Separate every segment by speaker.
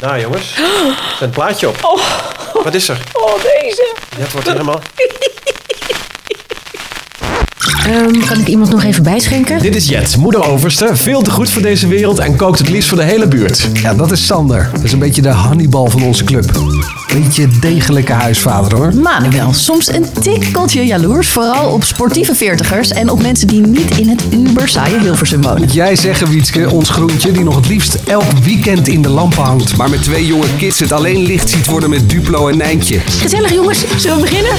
Speaker 1: Nou jongens, er zit een plaatje op. Wat is er?
Speaker 2: Oh, deze.
Speaker 1: Dat wordt helemaal...
Speaker 3: kan ik iemand nog even bijschenken?
Speaker 4: Dit is Jet, moederoverste. Veel te goed voor deze wereld en kookt het liefst voor de hele buurt.
Speaker 5: Ja, dat is Sander. Dat is een beetje de Hannibal van onze club. Beetje degelijke huisvader hoor.
Speaker 6: Manuel, soms een tikkeltje jaloers, vooral op sportieve veertigers en op mensen die niet in het uber saaie Hilversum wonen.
Speaker 5: Jij zeggen, Wietske, ons groentje die nog het liefst elk weekend in de lampen hangt. Maar met twee jonge kids het alleen licht ziet worden met Duplo en Nijntje.
Speaker 6: Gezellig jongens, zullen we beginnen?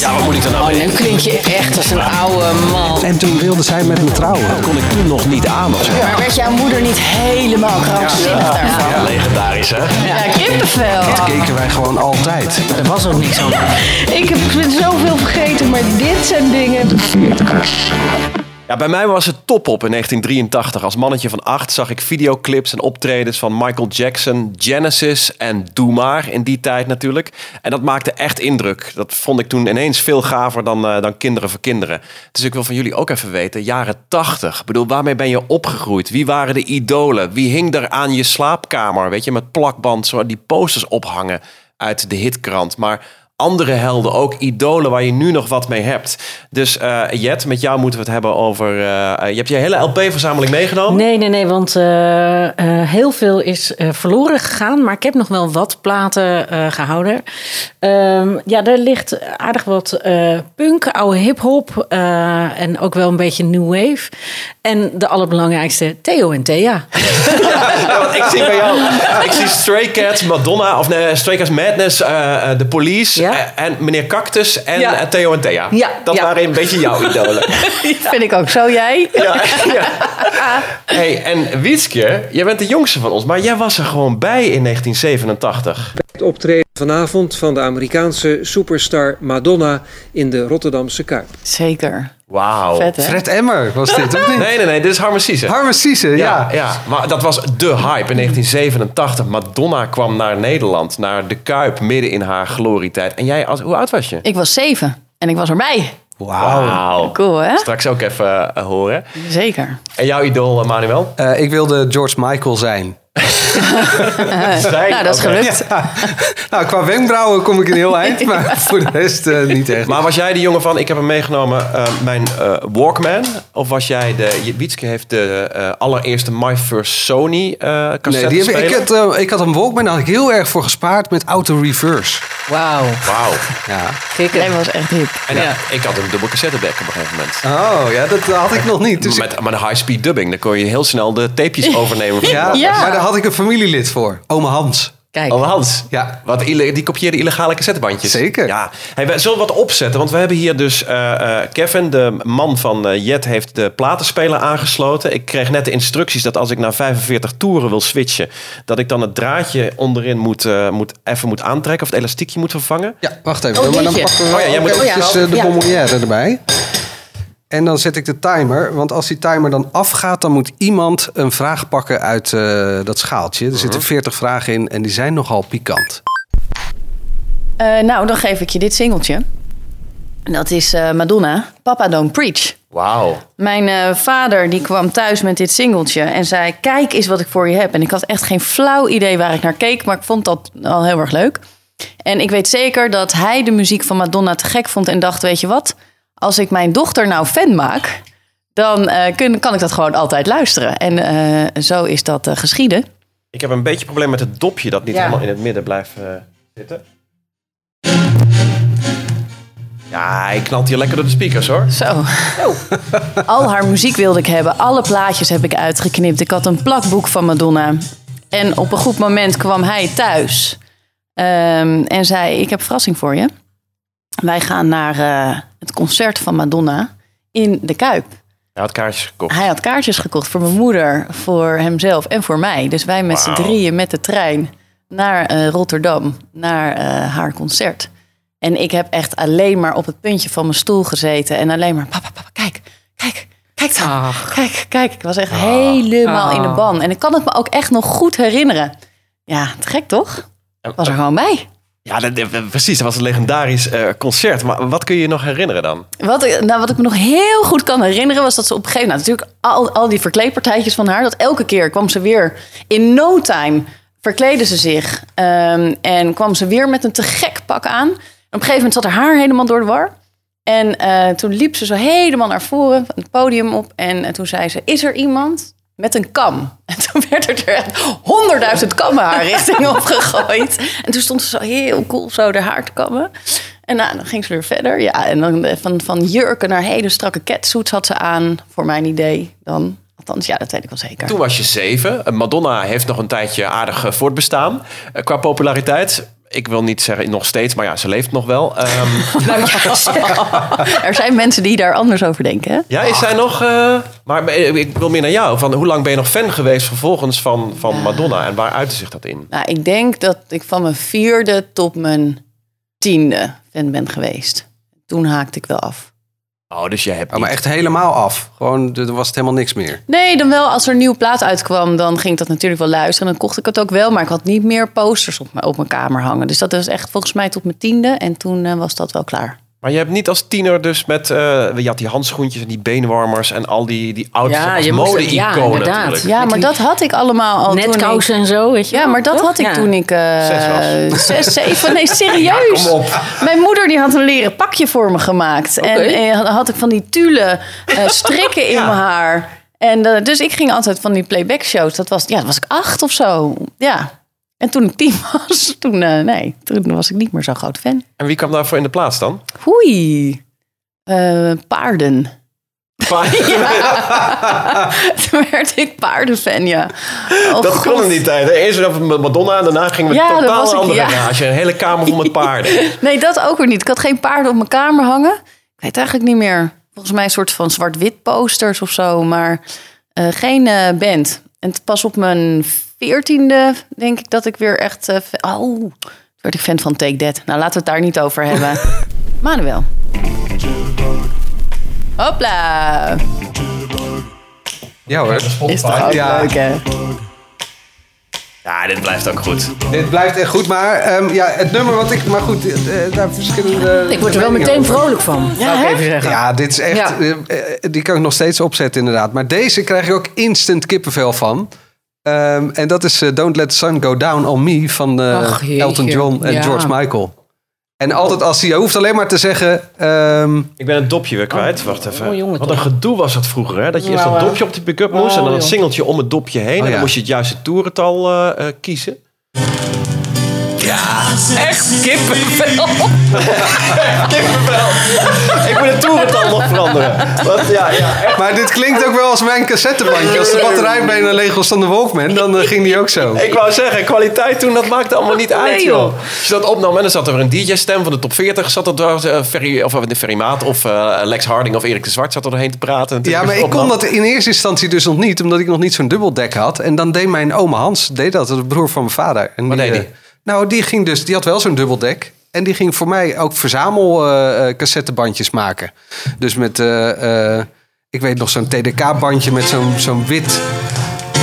Speaker 1: Ja, wat moet ik dan nou?
Speaker 2: Oh, nu klink je echt als een oude man.
Speaker 5: En toen wilde zij met me trouwen.
Speaker 4: Kon ik toen nog niet aan of zo.
Speaker 2: Maar werd jouw moeder niet helemaal krankzinnig daarvan?
Speaker 4: Ja, legendarisch hè?
Speaker 6: Ja, kippenvel.
Speaker 5: Dat keken wij gewoon altijd.
Speaker 2: Er was ook niks aan.
Speaker 3: Ik heb zoveel vergeten, maar dit zijn dingen.
Speaker 1: Ja, bij mij was het top op in 1983. Als mannetje van acht zag ik videoclips en optredens van Michael Jackson, Genesis en Doe Maar in die tijd natuurlijk. En dat maakte echt indruk. Dat vond ik toen ineens veel gaver dan, eh, dan Kinderen voor Kinderen. Dus ik wil van jullie ook even weten, jaren 80. Ik bedoel, waarmee ben je opgegroeid? Wie waren de idolen? Wie hing er aan je slaapkamer? Weet je, met plakband zo die posters ophangen uit de hitkrant. Maar andere helden, ook idolen waar je nu nog wat mee hebt. Dus eh, Jet, met jou moeten we het hebben over. eh, je hebt je hele LP-verzameling meegenomen.
Speaker 2: Nee, nee, nee, want eh, eh, heel veel is eh, verloren gegaan. Maar ik heb nog wel wat platen eh, gehouden. Ehm, ja, er ligt aardig wat eh, punk, oude hip-hop. eh, en ook wel een beetje new wave. En de allerbelangrijkste, Theo en Thea.
Speaker 1: Ja, want ik zie bij jou. Ik zie Stray Cats, Madonna, of nee, Stray Cats Madness, eh, eh, de Police.
Speaker 2: Ja.
Speaker 1: eh, en meneer Cactus en
Speaker 2: Ja.
Speaker 1: eh, Theo en Thea.
Speaker 2: Ja,
Speaker 1: Dat
Speaker 2: ja.
Speaker 1: waren een beetje jouw idolen.
Speaker 6: Vind ik ook. Zo jij?
Speaker 1: ja, ja. Hey, en Wietske, jij bent de jongste van ons, maar jij was er gewoon bij in 1987.
Speaker 7: Het optreden vanavond van de Amerikaanse superstar Madonna in de Rotterdamse Kuip.
Speaker 8: Zeker.
Speaker 1: Wauw.
Speaker 8: Vet, hè?
Speaker 5: Fred Emmer was dit, of niet?
Speaker 1: Nee, nee, nee, dit is Harmen Sisse.
Speaker 5: Harmen Sisse, ja.
Speaker 1: Ja, ja, maar dat was de hype in 1987. Madonna kwam naar Nederland, naar de Kuip, midden in haar glorietijd. En jij, als, hoe oud was je?
Speaker 8: Ik was zeven en ik was erbij.
Speaker 1: Wauw.
Speaker 8: Cool, hè?
Speaker 1: Straks ook even eh, horen.
Speaker 8: Zeker.
Speaker 1: En jouw idool, eh, Manuel?
Speaker 5: Eh, ik wilde George Michael zijn.
Speaker 1: Zij?
Speaker 8: Nou, dat is
Speaker 1: Oké.
Speaker 8: gelukt.
Speaker 5: Ja. Nou, qua wenkbrauwen kom ik een heel eind, maar voor de rest eh, niet echt.
Speaker 1: Maar was jij de jongen van, ik heb hem meegenomen, eh, mijn eh, Walkman? Of was jij de, je- Wietske heeft de eh, allereerste My First Sony eh
Speaker 5: Nee,
Speaker 1: cassette
Speaker 5: die heb, ik, ik had, eh, ik had een Walkman, daar had ik heel erg voor gespaard met auto reverse.
Speaker 2: Wauw.
Speaker 1: Wauw.
Speaker 5: Ja.
Speaker 8: Jij was echt hip.
Speaker 1: En eh, ik had een dubbel cassettedeck op een gegeven moment.
Speaker 5: Oh, ja, dat had ik nog niet. Dus ik-
Speaker 1: met, met een high-speed dubbing, dan kon je heel snel de tapejes overnemen. van
Speaker 5: ja,
Speaker 1: de-
Speaker 8: Ja.
Speaker 5: Maar daar had ik een familielid voor. Oma Hans.
Speaker 2: Kijk.
Speaker 1: Oh, Hans.
Speaker 5: Ja.
Speaker 1: Wat, ille- die kopieerde illegale cassettebandjes.
Speaker 5: Zeker.
Speaker 1: Ja. Hey, we zullen wat opzetten, want we hebben hier dus eh, eh, Kevin, de man van eh, Jet, heeft de platenspeler aangesloten. Ik kreeg net de instructies dat als ik naar 45 toeren wil switchen, dat ik dan het draadje onderin moet, eh, moet, even moet aantrekken of het elastiekje moet vervangen.
Speaker 5: Ja, wacht even.
Speaker 2: Oh,
Speaker 5: maar dan
Speaker 2: jeetje.
Speaker 5: pakken we
Speaker 1: Oh ja, jij
Speaker 5: ook
Speaker 1: moet- oh ja.
Speaker 5: eventjes, eh, de
Speaker 2: Ja.
Speaker 5: bonbonnière erbij. En dan zet ik de timer. Want als die timer dan afgaat, dan moet iemand een vraag pakken uit eh, dat schaaltje. Er zitten 40 vragen in en die zijn nogal pikant.
Speaker 8: Eh, nou, dan geef ik je dit singeltje. Dat is eh, Madonna, Papa Don't Preach.
Speaker 1: Wauw.
Speaker 8: Mijn eh, vader die kwam thuis met dit singeltje en zei: Kijk eens wat ik voor je heb. En ik had echt geen flauw idee waar ik naar keek, maar ik vond dat al heel erg leuk. En ik weet zeker dat hij de muziek van Madonna te gek vond en dacht: Weet je wat, als ik mijn dochter nou fan maak, dan eh, kun, kan ik dat gewoon altijd luisteren. En eh, zo is dat eh, geschieden.
Speaker 1: Ik heb een beetje probleem met het dopje dat niet
Speaker 8: Ja.
Speaker 1: helemaal in het midden blijft eh, zitten. Ja, hij knalt hier lekker door de speakers hoor.
Speaker 8: Zo. Al haar muziek wilde ik hebben. Alle plaatjes heb ik uitgeknipt. Ik had een plakboek van Madonna. En op een goed moment kwam hij thuis. Ehm, en zei, ik heb een verrassing voor je. Wij gaan naar eh, het concert van Madonna in de Kuip.
Speaker 1: Hij had kaartjes gekocht.
Speaker 8: Hij had kaartjes gekocht voor mijn moeder, voor hemzelf en voor mij. Dus wij met z'n
Speaker 1: Wauw.
Speaker 8: drieën met de trein naar eh, Rotterdam, naar eh, haar concert. En ik heb echt alleen maar op het puntje van mijn stoel gezeten. En alleen maar, papa, papa, kijk, kijk, kijk dan. Kijk, kijk. Ik was
Speaker 1: Ah.
Speaker 8: echt helemaal in de ban. En ik kan het me ook echt nog goed herinneren. Ja, te gek toch? Was er gewoon bij.
Speaker 1: Ja, dat- dat- precies. Dat was een legendarisch eh, concert. Maar wat kun je je nog herinneren dan?
Speaker 8: Wat, ik- nou, wat ik me nog heel goed kan herinneren was dat ze op een gegeven moment... Nou, natuurlijk al, al die verkleedpartijtjes van haar... dat elke keer kwam ze weer in no time verkleedde ze zich. ehm, en kwam ze weer met een te gek pak aan. En op een gegeven moment zat haar haar helemaal door de war. En eh, toen liep ze zo helemaal naar voren, het podium op. En eh, toen zei ze, is er iemand met een kam? En toen werd er echt honderdduizend kammen haar richting op gegooid. En toen stond ze zo heel cool zo haar haar te kammen. En nou, dan ging ze weer verder. Ja, en dan eh, van, van jurken naar hele strakke catsuits had ze aan, voor mijn idee. Dan, althans, ja, dat weet ik wel zeker.
Speaker 1: Toen was je zeven. Eh, Madonna heeft nog een tijdje aardig eh, voortbestaan eh, qua populariteit. Ik wil niet zeggen nog steeds, maar ja, ze leeft nog wel. Ehm,
Speaker 8: Er zijn mensen die daar anders over denken. hè?
Speaker 1: ja, is zij nog... eh, maar eh, ik wil meer naar jou. Van, hoe lang ben je nog fan geweest vervolgens van, van Madonna? En waar uitte zich dat in?
Speaker 8: Nou, ik denk dat ik van mijn vierde tot mijn tiende fan ben geweest. Toen haakte ik wel af.
Speaker 1: Oh, dus je hebt
Speaker 5: Oh, maar
Speaker 1: niet-
Speaker 5: echt helemaal af. Gewoon, er was het helemaal niks meer.
Speaker 8: Nee, dan wel als er een nieuwe plaat uitkwam, dan ging ik dat natuurlijk wel luisteren. En dan kocht ik het ook wel, maar ik had niet meer posters op mijn, op mijn kamer hangen. Dus dat was echt volgens mij tot mijn tiende. En toen eh, was dat wel klaar.
Speaker 1: Maar je hebt niet als tiener dus met... eh, je had die handschoentjes en die beenwarmers en al die, die outfits.
Speaker 2: Ja,
Speaker 1: als
Speaker 2: je moest het- ja,
Speaker 1: mode-icoon
Speaker 2: inderdaad.
Speaker 1: natuurlijk.
Speaker 8: Ja,
Speaker 2: Met
Speaker 8: maar
Speaker 2: die
Speaker 8: dat had ik allemaal al.
Speaker 2: Net
Speaker 8: toen ik-
Speaker 2: kous en zo, weet je
Speaker 8: Ja,
Speaker 2: wel,
Speaker 8: maar dat
Speaker 2: Oh, toch?
Speaker 8: had ik
Speaker 2: Ja.
Speaker 8: toen ik eh,
Speaker 1: Zes was.
Speaker 8: zes, zeven. Nee, serieus.
Speaker 1: kom op.
Speaker 8: Mijn moeder die had een leren pakje voor me gemaakt. En eh, had- had ik van die tulle eh, strikken in mijn haar. En eh, dus ik ging altijd van die playback shows. Dat was, ja, dat was ik acht of zo. Ja. En toen ik tien was, toen, eh, nee, toen was ik niet meer zo'n groot fan.
Speaker 1: En wie kwam daarvoor in de plaats dan?
Speaker 8: Hoei. Eh, paarden. Toen werd ik paardenfan, ja. Oh,
Speaker 1: dat kon
Speaker 8: God.
Speaker 1: in die tijd. hè. Eerst even met Madonna en daarna gingen we
Speaker 8: Ja, dat
Speaker 1: totaal
Speaker 8: was
Speaker 1: een
Speaker 8: ik,
Speaker 1: andere
Speaker 8: ja.
Speaker 1: garage. Een hele kamer vol met paarden.
Speaker 8: Nee, dat ook weer niet. Ik had geen paarden op mijn kamer hangen. Ik weet eigenlijk niet meer. Volgens mij een soort van zwart-wit posters of zo. Maar eh, geen eh, band. En t- pas op mijn veertiende denk ik dat ik weer echt... eh, fa- oh, toen werd ik fan van Take That. Nou, laten we het daar niet over hebben. Manuel. Hopla.
Speaker 5: Ja hoor.
Speaker 8: Is toch ook
Speaker 5: Ja.
Speaker 8: leuk, hè?
Speaker 1: Ja, dit blijft ook goed.
Speaker 5: Dit blijft echt goed, maar ehm, ja, het nummer wat ik... Maar goed, eh, eh, daar verschillende...
Speaker 2: Ik word er wel meteen vrolijk van. Ja, ik even zeggen.
Speaker 5: Ja, dit is echt...
Speaker 2: Ja.
Speaker 5: eh, eh, die kan ik nog steeds opzetten inderdaad. Maar deze krijg ik ook instant kippenvel van. Ehm, en dat is eh, Don't Let the Sun Go Down on Me van eh,
Speaker 2: Ach, jeetje.
Speaker 5: Elton John en
Speaker 2: Ja.
Speaker 5: George Michael. En altijd als hij... Je hoeft alleen maar te zeggen... ehm,
Speaker 1: Ik ben het dopje weer kwijt. Wacht even.
Speaker 2: oh, jongen,
Speaker 1: Wat een gedoe was dat vroeger, hè? Dat je eerst
Speaker 8: Nou, eh,
Speaker 1: dat dopje op die pick-up
Speaker 8: oh,
Speaker 1: moest en dan een singeltje om het dopje heen. En dan
Speaker 5: ja.
Speaker 1: moest je het juiste toerental eh, eh, kiezen. Ja, echt kippenvel. kippenvel. Ik moet het toerental nog veranderen. Want, ja, ja, echt.
Speaker 5: Maar dit klinkt ook wel als mijn cassettebandje. Als de batterij bijna leeg was van de Walkman, dan eh, ging die ook zo.
Speaker 1: Ik wou zeggen, kwaliteit toen, dat maakte allemaal niet uit,
Speaker 2: Nee,
Speaker 1: joh.
Speaker 2: joh.
Speaker 1: Als je dat opnam en dan zat er een DJ-stem van de top 40, zat er daar, eh, Ferry, of eh, de Ferry Maat, of eh, Lex Harding of Erik de Zwart zat er doorheen te praten. En toen
Speaker 5: Ja, maar ik kon
Speaker 1: opnam.
Speaker 5: dat in eerste instantie dus nog niet, omdat ik nog niet zo'n dubbeldek had. En dan deed mijn oma Hans, deed dat, de broer van mijn vader. En
Speaker 1: Wat deed
Speaker 5: eh,
Speaker 1: die?
Speaker 5: Nou, die ging dus, die had wel zo'n dubbeldek. En die ging voor mij ook verzamel eh, eh, cassettebandjes maken. Dus met, eh, eh, ik weet nog, zo'n TDK-bandje met zo'n zo'n wit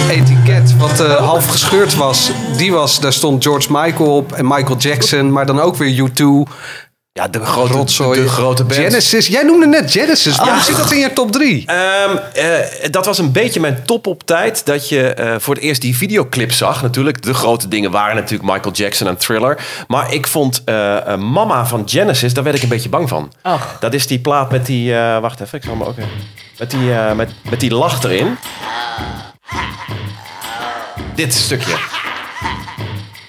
Speaker 5: etiket wat eh, half gescheurd was. Die was, daar stond George Michael op en Michael Jackson, maar dan ook weer U2.
Speaker 1: Ja, de grote,
Speaker 5: Rotzooi.
Speaker 1: de grote band.
Speaker 5: Genesis. Jij noemde net Genesis. Waarom zit dat in je top 3?
Speaker 1: Ehm, eh, dat was een beetje mijn top op tijd. Dat je eh, voor het eerst die videoclip zag. Natuurlijk, de grote dingen waren natuurlijk Michael Jackson en Thriller. Maar ik vond eh, eh, Mama van Genesis, daar werd ik een beetje bang van.
Speaker 2: Ach.
Speaker 1: Dat is die plaat met die... eh, wacht even, ik zal hem ook... even- Met die, eh, met, met die lach erin. Dit stukje.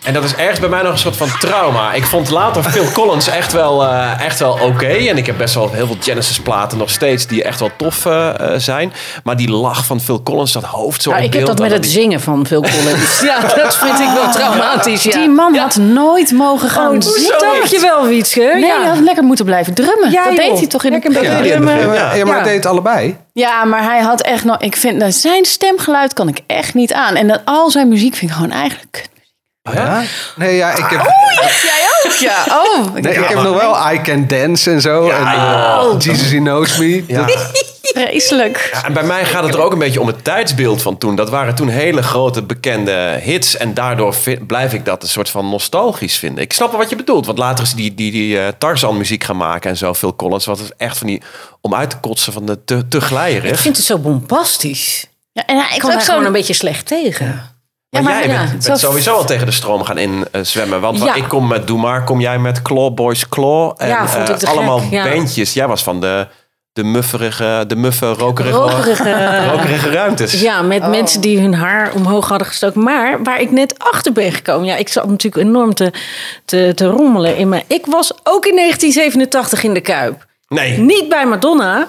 Speaker 1: En dat is ergens bij mij nog een soort van trauma. Ik vond later Phil Collins echt wel, eh, echt wel oké. En ik heb best wel heel veel Genesis-platen nog steeds die echt wel tof eh, eh, zijn. Maar die lach van Phil Collins, dat hoofd zo
Speaker 2: Ja,
Speaker 1: op
Speaker 2: Nou, ik heb
Speaker 1: beeld,
Speaker 2: dat met
Speaker 1: dan
Speaker 2: het
Speaker 1: die-
Speaker 2: zingen van Phil Collins. ja, dat vind ik wel traumatisch. Ja.
Speaker 8: Die man had nooit mogen gaan
Speaker 2: Oh,
Speaker 8: zitten.
Speaker 2: Dankjewel, Wietske.
Speaker 8: Nee,
Speaker 2: ja.
Speaker 8: hij had lekker moeten blijven drummen. dat deed hij toch in de
Speaker 2: Lekker een beetje
Speaker 1: Ja.
Speaker 2: drummen.
Speaker 5: Ja, maar,
Speaker 1: Ja.
Speaker 5: ja, maar
Speaker 2: Ja.
Speaker 5: deed het allebei.
Speaker 8: Ja, maar hij had echt nog. Ik vind nou, zijn stemgeluid kan ik echt niet aan. En dat, al zijn muziek vind ik gewoon eigenlijk. kut.
Speaker 5: Ja? Nee, ja, ik
Speaker 1: Oh!
Speaker 5: heb,
Speaker 8: Jij ook? Ja. Oh.
Speaker 5: nee, ik heb nog wel I Can Dance en zo. en, eh, Jesus He Knows Me. Dat-
Speaker 8: Vreselijk.
Speaker 1: En bij mij gaat het er ook een beetje om het tijdsbeeld van toen. Dat waren toen hele grote bekende hits. En daardoor vi- blijf ik dat een soort van nostalgisch vinden. Ik snap wel wat je bedoelt. Want later is die, die, die eh, Tarzan muziek gaan maken en zo. Phil Collins. Wat is echt van die... Om uit te kotsen van de te, te glijerig.
Speaker 2: Ik vind het zo bombastisch.
Speaker 8: Ja, en hij
Speaker 2: Ik
Speaker 8: ik
Speaker 2: kan
Speaker 8: ook
Speaker 2: daar gewoon
Speaker 8: zo'n
Speaker 2: een beetje slecht tegen.
Speaker 1: Maar
Speaker 8: maar
Speaker 1: jij
Speaker 8: ja,
Speaker 1: bent,
Speaker 8: het is
Speaker 1: bent
Speaker 8: wel-
Speaker 1: sowieso al tegen de stroom gaan inzwemmen. Want
Speaker 2: Ja.
Speaker 1: ik kom met Doe Maar, kom jij met Claw Boys Claw. En
Speaker 2: Ja, vond ik
Speaker 1: eh,
Speaker 2: te
Speaker 1: allemaal
Speaker 2: gek, ja.
Speaker 1: bandjes. Jij was van de, de mufferige, de muffe, rokerige,
Speaker 2: Rokerige-
Speaker 1: rokerige ruimtes.
Speaker 2: Ja, met mensen die hun haar omhoog hadden gestoken. Maar waar ik net achter ben gekomen. Ja, ik zat natuurlijk enorm te, te, te rommelen in mijn. Ik was ook in 1987 in de Kuip.
Speaker 1: Nee.
Speaker 2: Niet bij Madonna,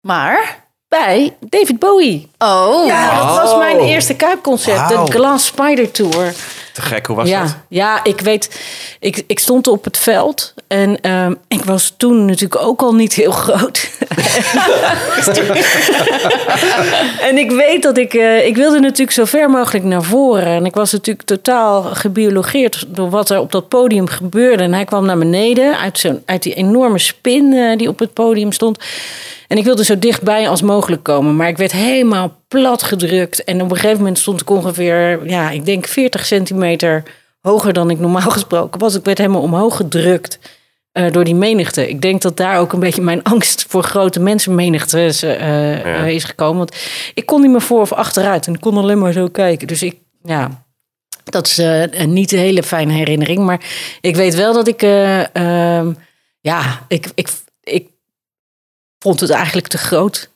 Speaker 8: Maar,
Speaker 2: bij David Bowie.
Speaker 8: oh,
Speaker 2: Ja, dat was mijn eerste Kuipconcert.
Speaker 1: Wauw.
Speaker 2: De Glass Spider Tour.
Speaker 1: Te gek, hoe was
Speaker 2: ja,
Speaker 1: dat?
Speaker 2: ja, ik weet. Ik, ik stond op het veld. En ehm, ik was toen natuurlijk ook al niet heel groot. en ik weet dat ik. eh, ik wilde natuurlijk zo ver mogelijk naar voren. En ik was natuurlijk totaal gebiologeerd door wat er op dat podium gebeurde. En hij kwam naar beneden uit, zo'n, uit die enorme spin eh, die op het podium stond. En ik wilde zo dichtbij als mogelijk komen. Maar ik werd helemaal plat gedrukt. En op een gegeven moment stond ik ongeveer, ja, ik denk 40 centimeter hoger dan ik normaal gesproken was. Ik werd helemaal omhoog gedrukt eh, door die menigte. Ik denk dat daar ook een beetje mijn angst voor grote mensenmenigtes eh, eh, eh, is gekomen. Want ik kon niet meer voor of achteruit en ik kon alleen maar zo kijken. Dus ik, ja, dat is eh, een niet een hele fijne herinnering. Maar ik weet wel dat ik, eh, ehm, ja, ik, ik, ik vond het eigenlijk te groot,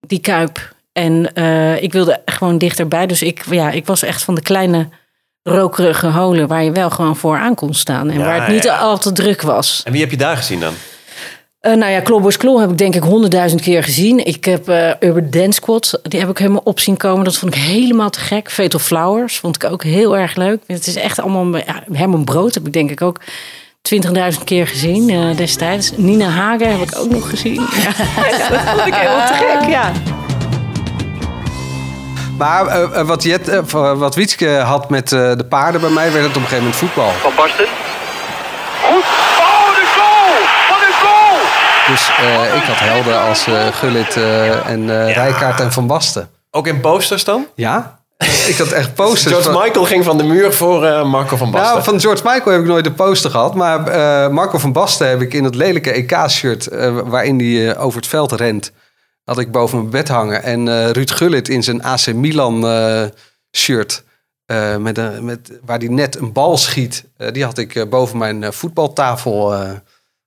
Speaker 2: die kuip. En eh, ik wilde gewoon dichterbij. Dus ik, ja, ik was echt van de kleine rokerige holen waar je wel gewoon vooraan kon staan. En
Speaker 1: Ja,
Speaker 2: waar het niet
Speaker 1: ja.
Speaker 2: al te druk was.
Speaker 1: En wie heb je daar gezien dan?
Speaker 2: Eh, nou ja, Klobboys Klo heb ik denk ik honderdduizend keer gezien. Ik heb eh, Urban Dance Squad, die heb ik helemaal op zien komen. Dat vond ik helemaal te gek. Fatal Flowers vond ik ook heel erg leuk. Het is echt allemaal... Ja, Herman Brood heb ik denk ik ook 20.000 keer gezien eh, destijds. Nina Hagen heb ik ook nog gezien. Ja, dat vond ik helemaal te gek, ja.
Speaker 5: Maar eh, eh, wat, Jet, eh, of, eh, wat Wietske had met eh, de paarden bij mij, werd het op een gegeven moment voetbal.
Speaker 9: Van Barsten. Goed. Oh, de goal! Wat een goal!
Speaker 5: Dus eh, ik had helden als eh, Gullit eh, en eh Rijkaard en Van Basten.
Speaker 1: Ook in posters dan?
Speaker 5: Ja? Ik had echt posters.
Speaker 1: George
Speaker 5: van-
Speaker 1: Michael ging van de muur voor eh, Marco van Basten.
Speaker 5: Nou, van George Michael heb ik nooit de poster gehad. Maar eh, Marco van Basten heb ik in dat lelijke EK-shirt... eh, waarin hij eh, over het veld rent, had ik boven mijn bed hangen. En eh, Ruud Gullit in zijn AC Milan-shirt... eh, met een, met, waar hij net een bal schiet. eh, die had ik eh, boven mijn eh, voetbaltafel eh,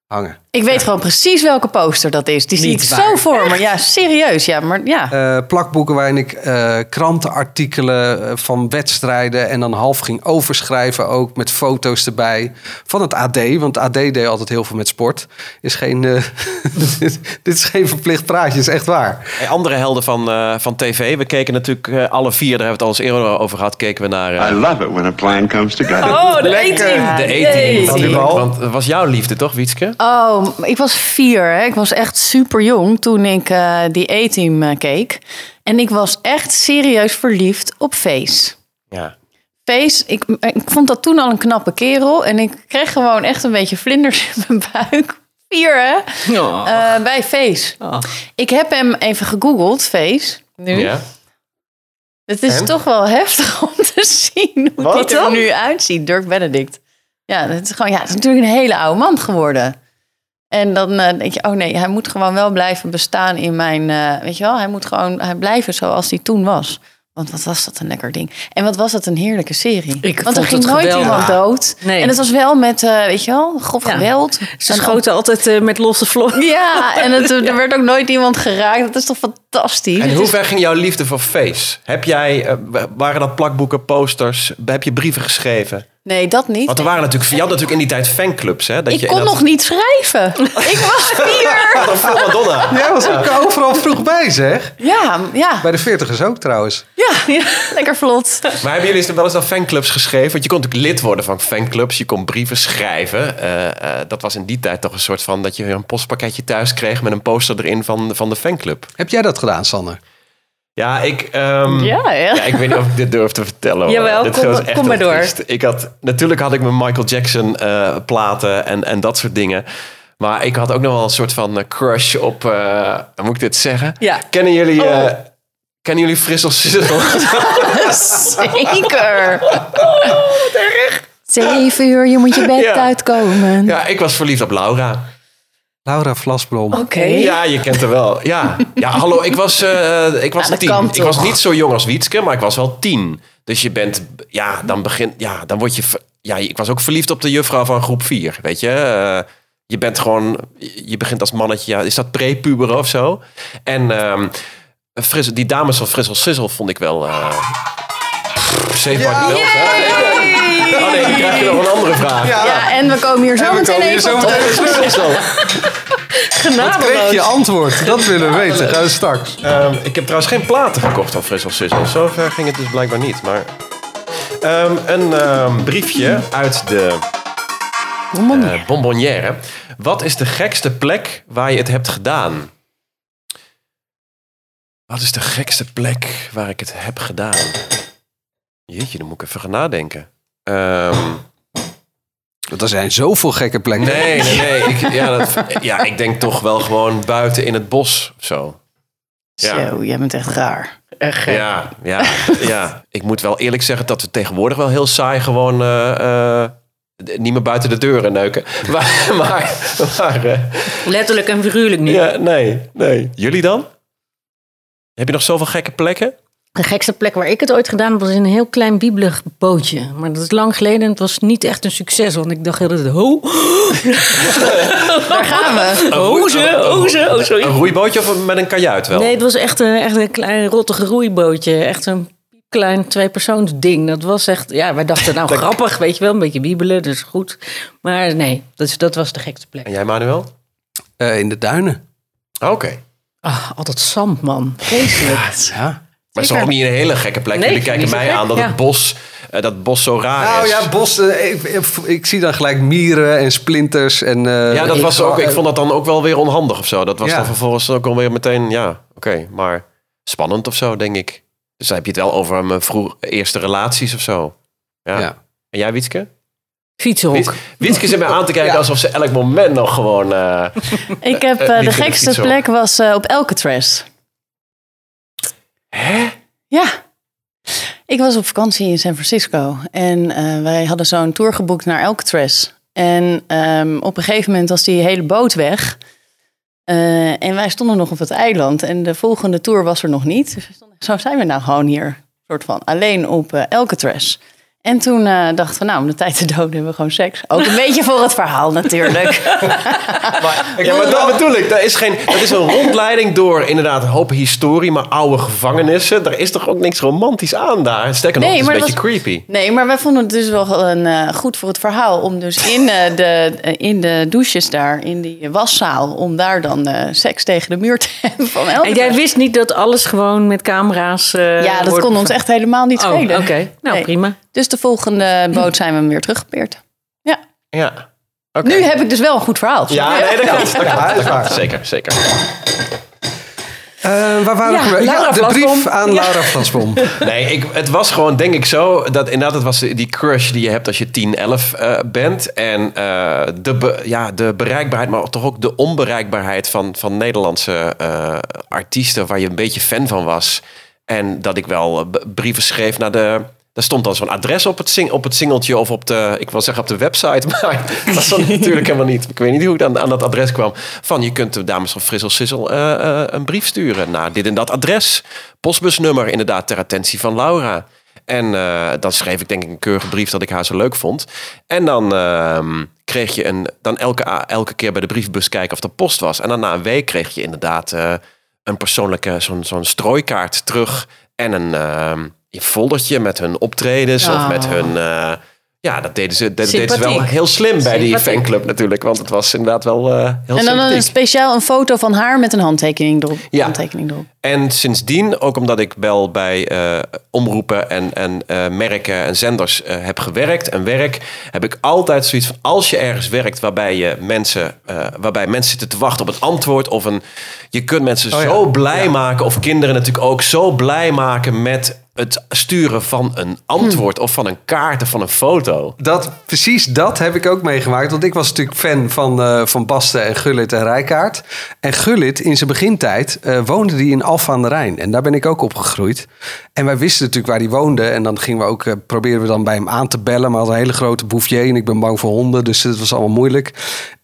Speaker 5: hangen.
Speaker 8: ik weet gewoon precies welke poster dat is. Die zie
Speaker 5: Niet
Speaker 8: ik
Speaker 5: waar.
Speaker 8: zo voor me. Ja, serieus. Ja, maar ja.
Speaker 5: Eh, plakboeken waarin ik eh, krantenartikelen eh, van wedstrijden en dan half ging overschrijven ook met foto's erbij van het AD. Want het AD deed altijd heel veel met sport. Is geen, eh, dit, dit is geen verplicht praatje, is echt waar.
Speaker 1: Hey, andere helden van, eh, van tv. We keken natuurlijk eh, alle vier, daar hebben we het al eens eerder over gehad, keken we naar... eh,
Speaker 9: love it when a plan comes together.
Speaker 8: Oh, de
Speaker 1: de
Speaker 8: 18.
Speaker 1: 18.
Speaker 5: Van die bal.
Speaker 1: Want het was jouw liefde toch,
Speaker 2: Ah,
Speaker 1: Wietske?
Speaker 8: Oh, ik was vier. Hè. Ik was echt super jong toen ik eh, die A-team eh, keek. En ik was echt serieus verliefd op Face.
Speaker 1: Ja.
Speaker 8: Face, ik, ik vond dat toen al een knappe kerel. En ik kreeg gewoon echt een beetje vlinders in mijn buik. Vier, hè? Eh, bij Face. Ik heb hem even gegoogeld, Face. Nu.
Speaker 1: ja.
Speaker 8: Het is toch wel heftig om te zien hoe
Speaker 1: Wat
Speaker 8: dit er
Speaker 1: dan?
Speaker 8: nu uitziet, Dirk Benedict. Ja, het is gewoon, ja, het is natuurlijk een hele oude man geworden. En dan eh, denk je, oh nee, hij moet gewoon wel blijven bestaan in mijn, eh, weet je wel, hij moet gewoon hij blijven zoals hij toen was. Want wat was dat een lekker ding. En wat was dat een heerlijke serie.
Speaker 2: Ik
Speaker 8: Want er
Speaker 2: vond
Speaker 8: ging
Speaker 2: het
Speaker 8: nooit
Speaker 2: geweldig.
Speaker 8: iemand dood.
Speaker 2: Nee.
Speaker 8: En het was wel met, eh, weet je wel, grof
Speaker 2: Ja.
Speaker 8: geweld.
Speaker 2: Ze
Speaker 8: En
Speaker 2: schoten altijd eh, met losse vlog.
Speaker 8: Ja, en het, er werd ook nooit iemand geraakt. Dat is toch fantastisch.
Speaker 1: En hoe ver ging jouw liefde voor Face? Heb jij, eh, wa- waren dat plakboeken, posters? Heb je brieven geschreven?
Speaker 8: Nee, dat niet.
Speaker 1: Want er waren natuurlijk, je had natuurlijk in die tijd fanclubs. Hè? Dat je,
Speaker 8: ik kon
Speaker 1: dat-
Speaker 8: nog niet schrijven. ik was vier.
Speaker 1: Dat voor Madonna.
Speaker 5: Jij was ook overal vroeg bij, zeg.
Speaker 8: Ja, ja,
Speaker 5: Bij de veertigers ook trouwens.
Speaker 8: ja, ja. lekker vlot.
Speaker 1: Maar hebben jullie wel eens dan fanclubs geschreven? Want je kon natuurlijk lid worden van fanclubs. Je kon brieven schrijven. Eh, eh, dat was in die tijd toch een soort van... dat je weer een postpakketje thuis kreeg met een poster erin van, van de fanclub.
Speaker 5: Heb jij dat gedaan, Sander?
Speaker 1: Ja, ik... ehm,
Speaker 8: Ja, ja.
Speaker 1: ik weet niet of ik dit durf te vertellen. hoor.
Speaker 2: Jawel,
Speaker 1: dit
Speaker 2: kom-
Speaker 1: was echt
Speaker 2: kom maar
Speaker 1: heel
Speaker 2: door.
Speaker 1: triest. Ik had, natuurlijk had ik mijn Michael Jackson eh, platen en, en dat soort dingen. Maar ik had ook nog wel een soort van eh, crush op... eh, hoe moet ik dit zeggen?
Speaker 2: Ja. Oh.
Speaker 1: Kennen jullie... eh Kennen jullie Frissel Sizzle?
Speaker 8: Zeker.
Speaker 6: Zeven uur, je moet je bed
Speaker 1: Ja.
Speaker 6: uitkomen.
Speaker 1: Ja, ik was verliefd op Laura.
Speaker 5: Laura Vlasblom.
Speaker 8: Oké.
Speaker 1: Ja, je kent haar wel. Ja, ja hallo, ik was, eh, ik was
Speaker 8: Ja, dat
Speaker 1: tien.
Speaker 8: kan
Speaker 1: Ik
Speaker 8: toch?
Speaker 1: was niet zo jong als Wietske, maar ik was wel tien. Dus je bent, ja, dan begint, ja, dan word je, ver- ja, ik was ook verliefd op de juffrouw van groep 4, weet je. Eh, je bent gewoon, je begint als mannetje, ja, is dat prepuber of zo? En ehm, Fris- die dames van Frissel Sissel vond ik wel... eh Save by the bell, hè? Oh nee, dan krijg je nog een andere vraag.
Speaker 5: Ja,
Speaker 8: Ja, en we komen hier zo
Speaker 5: we
Speaker 8: meteen
Speaker 5: komen hier
Speaker 8: even
Speaker 5: zo
Speaker 8: op
Speaker 5: meteen
Speaker 8: terug.
Speaker 5: even terug.
Speaker 1: Sissel.
Speaker 5: Wat kreeg je antwoord? Dat willen we weten. Gaan we straks.
Speaker 1: Ehm, ik heb trouwens geen platen gekocht van Frissel Sissel. Zo ver ging het dus blijkbaar niet. Maar Ehm, een ehm, briefje uit de eh, bonbonnière. Wat is de gekste plek waar je het hebt gedaan? Wat is de gekste plek waar ik het heb gedaan? Jeetje, dan moet ik even gaan nadenken. Ehm,
Speaker 5: Want er zijn zoveel gekke plekken.
Speaker 1: nee, nee, nee. Ik, ja, dat, ja, ik denk toch wel gewoon buiten in het bos of zo. Ja.
Speaker 8: Zo, jij bent echt raar.
Speaker 1: Ja, ja, ja. Ik moet wel eerlijk zeggen dat we tegenwoordig wel heel saai gewoon... eh, eh, d- niet meer buiten de deuren neuken. Maar, maar, maar, eh,
Speaker 2: Letterlijk en figuurlijk nu.
Speaker 1: ja, nee, nee. Jullie dan? Heb je nog zoveel gekke plekken?
Speaker 2: De gekste plek waar ik het ooit gedaan heb, was in een heel klein biebelig bootje. Maar dat is lang geleden en het was niet echt een succes. Want ik dacht heel dat ho,
Speaker 8: Daar gaan we.
Speaker 2: ho, ze, ho, ze, oh sorry.
Speaker 1: Een roeibootje of met een kajuit wel?
Speaker 2: Nee, het was echt een, echt een klein rottig roeibootje. Echt een klein tweepersoons ding. Dat was echt, ja, wij dachten nou grappig, weet je wel. Een beetje wiebelen, dus goed. Maar nee, dat, dat was de gekste plek.
Speaker 1: En jij, Manuel?
Speaker 5: Eh, in de duinen.
Speaker 1: Oké.
Speaker 2: Ah, altijd zand, man. Vreselijk.
Speaker 5: Ja.
Speaker 1: Maar het is toch ook niet een hele gekke plek.
Speaker 2: Nee,
Speaker 1: Jullie kijken
Speaker 2: niet zo
Speaker 1: mij
Speaker 2: gek,
Speaker 1: aan dat
Speaker 2: ja.
Speaker 1: het bos, eh, dat het bos zo raar
Speaker 5: Nou
Speaker 1: is.
Speaker 5: ja, bossen. Ik, ik, ik zie dan gelijk mieren en splinters. En, eh,
Speaker 1: Ja, dat was ook. Ik vond dat dan ook wel weer onhandig of zo. Dat was
Speaker 5: Ja.
Speaker 1: dan vervolgens ook alweer meteen. Ja, oké, maar spannend of zo, denk ik. Dus dan heb je het wel over mijn vroeg eerste relaties of zo. Ja.
Speaker 5: eh, Ja.
Speaker 1: En jij, Wietske?
Speaker 2: Fietsenhok.
Speaker 1: Wiet, Wietske zit mij aan te kijken
Speaker 5: Ja.
Speaker 1: alsof ze elk moment nog gewoon. eh,
Speaker 8: Ik heb,
Speaker 1: Eh, niet
Speaker 8: eh, de
Speaker 1: in de
Speaker 8: gekste
Speaker 1: fiets, hoor.
Speaker 8: plek was eh, op Alcatraz.
Speaker 1: Hè?
Speaker 8: Ja. Ik was op vakantie in San Francisco en eh, wij hadden zo'n tour geboekt naar Alcatraz. En ehm, op een gegeven moment was die hele boot weg. Eh, en wij stonden nog op het eiland en de volgende tour was er nog niet. Dus we stonden, zo zijn we nou gewoon hier, soort van alleen op eh, Alcatraz. En toen eh, dachten we, nou, om de tijd te doden hebben we gewoon seks. Ook een beetje voor het verhaal natuurlijk.
Speaker 1: Ja, maar dat bedoel ik. Dat is, geen, dat is een rondleiding door inderdaad een hoop historie, maar oude gevangenissen. Daar is toch ook niks romantisch aan daar? Sterker nog,
Speaker 8: Nee,
Speaker 1: het is
Speaker 8: maar
Speaker 1: een
Speaker 8: dat
Speaker 1: beetje creepy.
Speaker 8: Nee, maar wij vonden het dus wel een, eh, goed voor het verhaal om dus in, eh, de, eh, in de douches daar, in die waszaal, om daar dan eh, seks tegen de muur te hebben van elke
Speaker 2: En jij wist niet dat alles gewoon met camera's... eh,
Speaker 8: Ja, dat
Speaker 2: wordt-
Speaker 8: kon ons echt helemaal niet
Speaker 2: Oh,
Speaker 8: schelen.
Speaker 2: oké. Nou,
Speaker 8: Nee.
Speaker 2: prima.
Speaker 8: Dus de volgende boot zijn we hem weer teruggepeerd. Ja.
Speaker 1: Ja. Oké.
Speaker 8: Nu heb ik dus wel een goed verhaal.
Speaker 1: Ja, nee, dat kan. Dat kan.
Speaker 5: dat is waar.
Speaker 1: Zeker, zeker.
Speaker 5: Eh, waar waren
Speaker 2: Ja,
Speaker 5: we? gebleven?
Speaker 2: Laura
Speaker 5: de
Speaker 2: Vlasblom.
Speaker 5: brief aan Laura Vlasblom.
Speaker 1: Nee, ik, het was gewoon, denk ik zo, dat inderdaad, het was die crush die je hebt als je 10, 11 eh, bent. En eh, de, be- ja, de bereikbaarheid, maar toch ook de onbereikbaarheid van, van Nederlandse eh, artiesten waar je een beetje fan van was. En dat ik wel eh, b- brieven schreef naar de. Daar stond dan zo'n adres op het, sing, op het singeltje of op de, ik wil zeggen op de website, maar dat stond natuurlijk helemaal niet. Ik weet niet hoe ik aan, aan dat adres kwam. Van je kunt de dames van Frissel Sissel eh, eh, een brief sturen naar dit en dat adres. Postbusnummer inderdaad ter attentie van Laura. En eh, dan schreef ik denk ik een keurige brief dat ik haar zo leuk vond. En dan ehm, kreeg je een, dan elke, elke keer bij de brievenbus kijken of er post was. En dan na een week kreeg je inderdaad eh, een persoonlijke, zo'n zo'n strooikaart terug. En een ehm, een foldertje met hun optredens of
Speaker 8: Oh.
Speaker 1: met hun... eh, ja, dat deden ze, dat deden ze wel
Speaker 2: Sympathiek.
Speaker 1: heel slim bij die
Speaker 2: Sympathiek.
Speaker 1: fanclub natuurlijk. Want het was inderdaad wel eh, heel
Speaker 8: En dan een
Speaker 1: sympathiek.
Speaker 8: speciaal een foto van haar met een handtekening erop.
Speaker 1: Ja.
Speaker 8: handtekening erop.
Speaker 1: En sindsdien, ook omdat ik wel bij eh, omroepen en, en eh, merken en zenders eh, heb gewerkt en werk, heb ik altijd zoiets van als je ergens werkt waarbij je mensen, eh, waarbij mensen zitten te wachten op een antwoord of een, je kunt mensen
Speaker 5: Oh ja.
Speaker 1: zo blij maken of kinderen natuurlijk ook zo blij maken met het sturen van een antwoord of van een kaart of van een foto.
Speaker 5: Dat, precies dat heb ik ook meegemaakt. Want ik was natuurlijk fan van, eh, van Basten en Gullit en Rijkaard. En Gullit in zijn begintijd eh, woonde die in Alphen aan de Rijn. En daar ben ik ook opgegroeid. En wij wisten natuurlijk waar hij woonde. En dan gingen we ook, eh, probeerden we dan bij hem aan te bellen. Maar hij had een hele grote bouvier en ik ben bang voor honden. Dus het was allemaal moeilijk.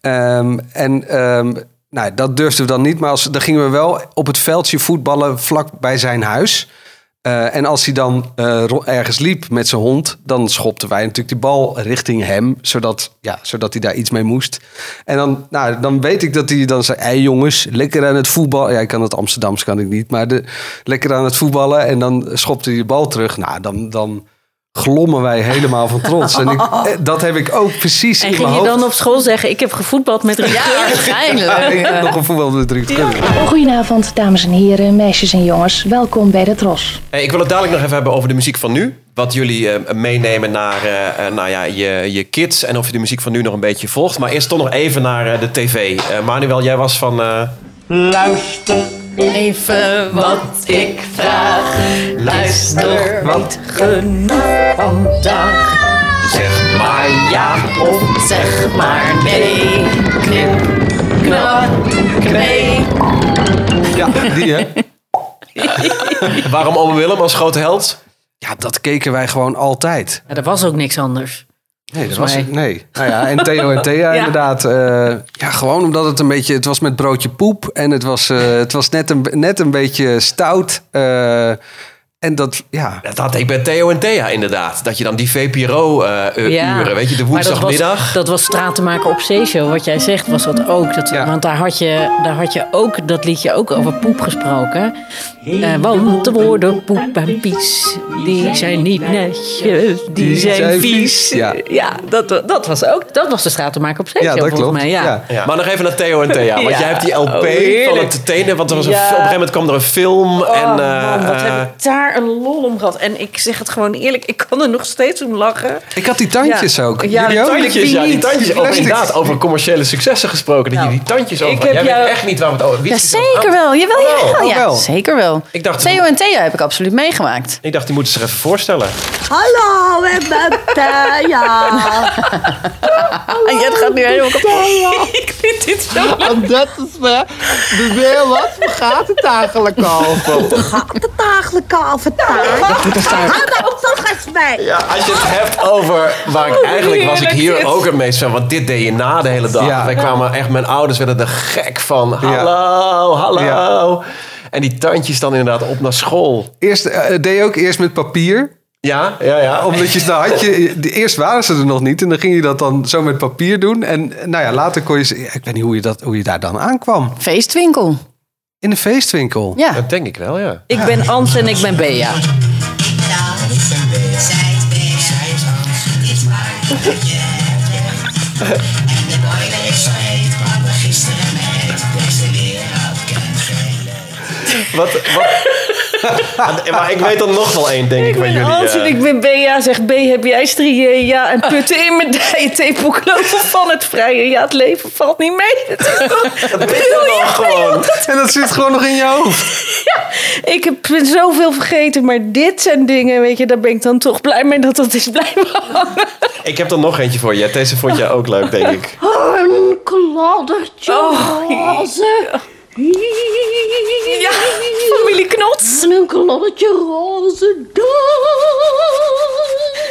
Speaker 5: Ehm, en ehm, Nou, dat durfden we dan niet. Maar als, dan gingen we wel op het veldje voetballen vlak bij zijn huis. Eh, en als hij dan eh, ro- ergens liep met zijn hond, dan schopten wij natuurlijk die bal richting hem, zodat, ja, zodat hij daar iets mee moest. En dan, nou, dan weet ik dat hij dan zei: Hé jongens, lekker aan het voetballen. Ja, ik kan het Amsterdams, kan ik niet, maar de, lekker aan het voetballen. En dan schopte hij de bal terug. Nou, dan, dan glommen wij helemaal van trots. En ik, eh, dat heb ik ook precies
Speaker 2: En
Speaker 5: in
Speaker 2: ging
Speaker 5: mijn
Speaker 2: je
Speaker 5: hoofd.
Speaker 2: dan op school zeggen: Ik heb gevoetbald met Rick.
Speaker 8: Ja,
Speaker 5: Ja, ik
Speaker 8: waarschijnlijk.
Speaker 2: eh,
Speaker 5: heb nog een voetbal met Ruud Gullit.
Speaker 10: Goedenavond, dames en heren, meisjes en jongens. Welkom bij de Tros.
Speaker 1: Hey, Eh, ik wil het dadelijk nog even hebben over de muziek van nu. Wat jullie eh, meenemen naar eh, eh, nou ja, je, je kids en of je de muziek van nu nog een beetje volgt. Maar eerst toch nog even naar eh, de tv. Eh, Manuel, jij was van... eh,
Speaker 9: Luister,
Speaker 8: Even wat ik vraag. Luister.
Speaker 5: Want
Speaker 8: genoeg vandaag.
Speaker 1: zeg maar
Speaker 8: Ja, of zeg maar nee. Knip, knap, knee.
Speaker 5: ja, die hè?
Speaker 1: Waarom Ome Willem als grote held?
Speaker 5: Ja, dat keken wij gewoon altijd.
Speaker 2: Ja, er was ook niks anders.
Speaker 5: Nee, dat
Speaker 2: Volgens
Speaker 5: was
Speaker 2: mij.
Speaker 5: het. Nee. Nou ja, en Theo en Thea inderdaad. eh, ja, gewoon omdat het een beetje... Het was met broodje poep. En het was, eh, het was net, een, net een beetje stout. eh, en dat, ja...
Speaker 1: Dat had ik bij Theo en Thea inderdaad. Dat je dan die VPRO-uren,
Speaker 2: Ja.
Speaker 1: eh, weet je, de
Speaker 2: Maar dat was-
Speaker 1: woensdagmiddag.
Speaker 2: Dat was straat te maken op Zeeshow. Wat jij zegt was dat ook. Dat,
Speaker 5: Ja.
Speaker 2: Want daar had, je, daar had je ook dat liedje ook over poep gesproken. Eh, want de woorden poep en pies, die zijn niet netjes, die, zijn,
Speaker 5: zijn
Speaker 2: vies.
Speaker 5: vies, ja.
Speaker 2: dat, dat was ook, dat was de straat te maken op Zeeshow
Speaker 5: Ja, dat
Speaker 2: volgens
Speaker 5: klopt.
Speaker 2: mij. Ja.
Speaker 5: Ja.
Speaker 1: Ja. Maar nog even naar Theo en Thea. Want
Speaker 2: Ja.
Speaker 1: jij hebt die LP
Speaker 2: Oh,
Speaker 1: van
Speaker 2: heerlijk.
Speaker 1: het tenen. Want er was een,
Speaker 2: Ja.
Speaker 1: op een gegeven moment kwam er een film. en,
Speaker 2: Oh
Speaker 1: eh,
Speaker 2: man, wat
Speaker 1: eh,
Speaker 2: heb ik daar een lol om gehad. En ik zeg het gewoon eerlijk, ik kan er nog steeds om lachen.
Speaker 5: Ik had die tandjes
Speaker 2: Ja.
Speaker 5: ook.
Speaker 2: Ja,
Speaker 5: Jullie
Speaker 2: die
Speaker 5: ook?
Speaker 2: tandjes. oh,
Speaker 1: Tandjes, ja, die
Speaker 2: niet.
Speaker 1: tandjes.
Speaker 5: Die
Speaker 1: Over,
Speaker 5: plastics.
Speaker 1: inderdaad, over commerciële successen gesproken. Dat je die tandjes over...
Speaker 2: Nou, ik
Speaker 1: Jij
Speaker 2: heb
Speaker 1: weet
Speaker 2: jou-
Speaker 1: echt niet waar we het over...
Speaker 8: Ja,
Speaker 1: wist je dat?
Speaker 8: zeker wel. Jawel, jawel.
Speaker 5: oh,
Speaker 8: ja,
Speaker 5: wel.
Speaker 8: zeker wel.
Speaker 1: Ik dacht-
Speaker 8: Theo en Thea heb ik absoluut meegemaakt.
Speaker 1: Ik dacht, die moeten zich even voorstellen.
Speaker 10: Hallo, ik ben Thea.
Speaker 8: Ah, ja, dat gaat nu helemaal kapot.
Speaker 9: en dat is me. De weer wat? Waar gaat het eigenlijk over?
Speaker 10: De dagelijkse kalvertaar. Ga op toch eens mee.
Speaker 1: Als je het hebt over waar
Speaker 2: Oh,
Speaker 1: ik eigenlijk was, ik hier ook het meest van. Want dit deed je na de hele dag.
Speaker 5: Ja.
Speaker 1: Wij kwamen echt, mijn ouders werden er gek van. Hallo, hallo. En die tandjes dan inderdaad op naar school.
Speaker 5: Eerst, eh, het deed je ook eerst met papier.
Speaker 1: Ja, ja, ja.
Speaker 5: Omdat je, nou had je, de- eerst waren ze er nog niet. En dan ging je dat dan zo met papier doen. En eh, nou ja, later kon je ze... ja, Ik weet niet hoe je, dat, hoe je daar dan aankwam.
Speaker 8: Feestwinkel.
Speaker 5: In de feestwinkel.
Speaker 8: Ja.
Speaker 1: Dat denk ik wel, ja.
Speaker 2: Ik ben Ans en ik ben Bea.
Speaker 1: Wat, wat? maar ik weet dan nog wel één, denk ik, van jullie.
Speaker 2: Hans
Speaker 1: eh.
Speaker 2: en ik ben Bea, zegt B, heb jij striën? Ja, en putten in mijn dijen, tepelkloven van het vrije. Ja, het leven valt niet mee. Dat is toch
Speaker 1: Dat weet ik wel gewoon.
Speaker 5: En dat zit gewoon nog in je hoofd.
Speaker 2: Ik heb zoveel vergeten, maar dit zijn dingen, weet je, daar ben ik dan toch blij mee dat dat is blijven hangen.
Speaker 1: Ik heb er nog eentje voor je. Deze vond jij ook leuk, denk ik.
Speaker 10: Een kladdertje roze.
Speaker 2: Oh, Ja, familie Knots.
Speaker 10: En een kladdertje roze dag.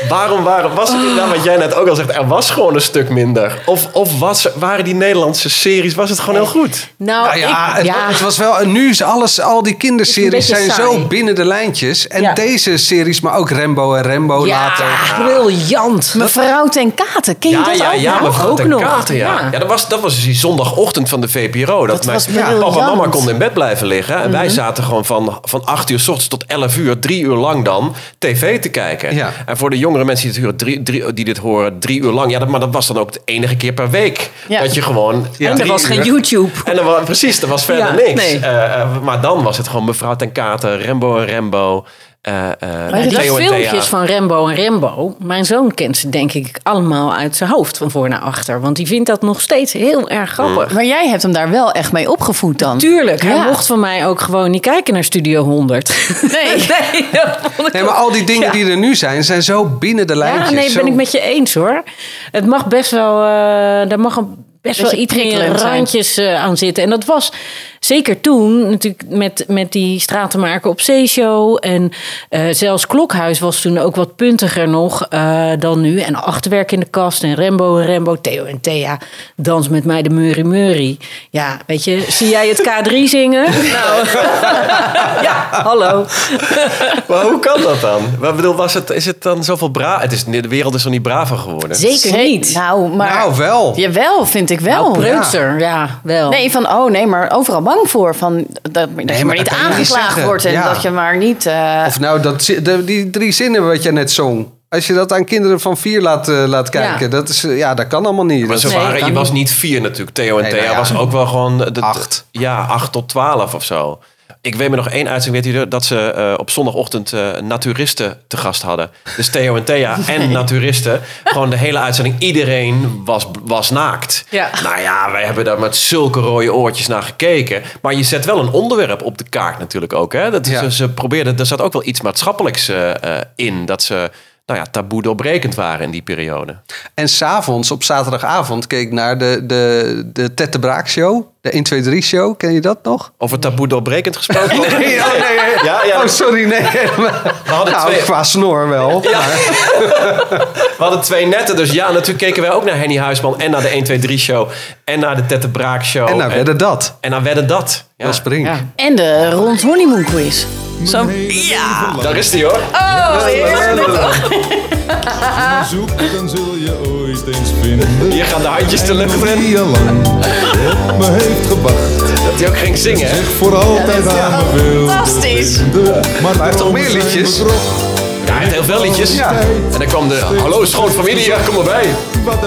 Speaker 1: Waarom waren, was het inderdaad wat jij net ook al zegt? Er was gewoon een stuk minder. Of, of was, waren die Nederlandse series, was het gewoon heel goed?
Speaker 2: Nou,
Speaker 5: Nou ja,
Speaker 2: ik,
Speaker 5: het,
Speaker 2: ja.
Speaker 5: het was wel. en Nu is alles, al die kinderseries
Speaker 2: Is een
Speaker 5: zijn
Speaker 2: beetje
Speaker 5: zo
Speaker 2: saai.
Speaker 5: binnen de lijntjes. En
Speaker 2: Ja.
Speaker 5: deze series, maar ook Rembo en
Speaker 1: Oh,
Speaker 5: Rembo later.
Speaker 2: briljant.
Speaker 8: Mevrouw ten Katen, ken je dat
Speaker 1: ja,
Speaker 8: ook
Speaker 1: ja,
Speaker 8: nog?
Speaker 1: mevrouw
Speaker 2: ook
Speaker 1: ten
Speaker 2: nog.
Speaker 1: Katen, ja. ja.
Speaker 2: Ja.
Speaker 1: dat, was, dat was dus die zondagochtend van de VPRO. Dat,
Speaker 8: was
Speaker 1: mijn
Speaker 8: briljant.
Speaker 1: papa en mama konden in bed blijven liggen. En wij zaten gewoon van, van 8 uur s ochtends tot 11 uur, drie uur lang dan, tv te kijken.
Speaker 5: Ja.
Speaker 1: En voor de jongere mensen die dit, huren, drie, drie, die dit horen, drie uur lang. Ja, dat, maar dat was dan ook de enige keer per week.
Speaker 8: Ja.
Speaker 1: Dat je gewoon...
Speaker 2: En er
Speaker 1: drie
Speaker 2: was geen
Speaker 1: uur-
Speaker 2: YouTube.
Speaker 1: En er was, precies, er was verder
Speaker 2: Ja,
Speaker 1: niks.
Speaker 2: nee.
Speaker 1: Eh, eh, maar dan was het gewoon mevrouw ten Katen, Rembo en Rembo. eh eh
Speaker 2: Maar die
Speaker 1: Theo en Thea.
Speaker 2: filmpjes van Rembo en Rembo, mijn zoon kent ze denk ik allemaal uit zijn hoofd van voor naar achter. Want die vindt dat nog steeds heel erg grappig.
Speaker 1: Mm.
Speaker 8: Maar jij hebt hem daar wel echt mee opgevoed dan.
Speaker 2: Tuurlijk, hij
Speaker 8: Ja.
Speaker 2: mocht van mij ook gewoon niet kijken naar Studio 100.
Speaker 8: Nee.
Speaker 2: dat vond ik
Speaker 5: Nee, maar al die dingen
Speaker 2: Ja.
Speaker 5: die er nu zijn, zijn zo binnen de lijntjes.
Speaker 2: Ja, nee,
Speaker 5: zo-
Speaker 2: ben ik met je eens hoor. Het mag best wel, eh daar mag een- best wel
Speaker 8: Beetje
Speaker 2: iets meer
Speaker 8: prikkelend zijn.
Speaker 2: randjes eh, aan zitten. En dat was zeker toen, natuurlijk met, met die Stratenmaker op Zeeshow. En eh, zelfs Klokhuis was toen ook wat puntiger nog eh, dan nu. En Achterwerk in de Kast en Rembo en Rembo, Theo en Thea. Dans met mij de Murray Murray. Ja, weet je, zie jij het K3 zingen? nou, ja, hallo.
Speaker 1: Maar hoe kan dat dan? Wat bedoel, was het, is het dan zoveel bra? Het is, de wereld is er niet braver geworden.
Speaker 2: Zeker niet.
Speaker 8: Nou, maar...
Speaker 1: Nou, wel.
Speaker 8: Jawel, vind ik wel.
Speaker 1: Nou, preutser,
Speaker 2: ja. wel.
Speaker 8: Nee, van oh nee, maar overal bang voor. Van, dat dat je
Speaker 5: maar
Speaker 8: maar niet
Speaker 5: dat kan je niet
Speaker 8: aangeklaagd
Speaker 5: zeggen.
Speaker 8: wordt en
Speaker 5: Ja.
Speaker 8: dat je maar niet... eh,
Speaker 5: Of nou, dat, zi- de- die drie zinnen wat je net zong. Als je dat aan kinderen van vier laat, eh, laat kijken, dat, is, eh, ja, dat kan allemaal niet.
Speaker 1: Maar
Speaker 5: Dat
Speaker 1: ze
Speaker 5: is-
Speaker 1: waren, je was niet vier natuurlijk. Theo en
Speaker 5: Nee,
Speaker 1: Thea
Speaker 5: nou ja.
Speaker 1: was ook wel gewoon... De, acht. Ja, acht tot twaalf of zo. Ik weet me nog één uitzending, weet u, dat ze eh, op zondagochtend eh, naturisten te gast hadden. Dus Theo en Thea en naturisten. Gewoon de hele uitzending, iedereen was, was naakt.
Speaker 8: Ja.
Speaker 1: Nou ja, wij hebben daar met zulke rode oortjes naar gekeken. Maar je zet wel een onderwerp op de kaart natuurlijk ook. Hè? Dat, ze, ze probeerden, er zat ook wel iets maatschappelijks eh, eh, in. Dat ze nou ja, taboe doorbrekend waren in die periode.
Speaker 5: En s'avonds, op zaterdagavond, keek ik naar de, de, de Tette Braak show. De 1, 2, 3 show, ken je dat nog?
Speaker 1: Over taboe doorbrekend gesproken?
Speaker 5: nee, oh, nee, nee.
Speaker 1: Ja, Oh, ja.
Speaker 5: Oh, sorry, nee.
Speaker 1: We hadden,
Speaker 5: Nou,
Speaker 1: twee,
Speaker 5: qua snor wel.
Speaker 1: we hadden twee netten, dus ja, natuurlijk keken wij ook naar Henny Huisman en naar de 1, 2, 3 show en naar de Tette Braak show.
Speaker 5: En nou naar Wedden
Speaker 1: dat. Oh, En naar Wedden dat. Ja.
Speaker 5: Spring.
Speaker 8: En de rond honeymoon quiz. Zo, ja.
Speaker 1: Daar is die hoor.
Speaker 8: Oh,
Speaker 11: dan zul je ooit eens vinden.
Speaker 1: Hier gaan de handjes te lucht
Speaker 11: in. Die al lang op me heeft gewacht.
Speaker 1: Dat hij ook ging zingen.
Speaker 11: Zich voor altijd aan me wil.
Speaker 8: Fantastisch.
Speaker 11: Maar hij heeft
Speaker 1: toch meer liedjes? Ja, hij heeft heel veel liedjes. En dan kwam de hallo schoonfamilie, ja, kom maar bij.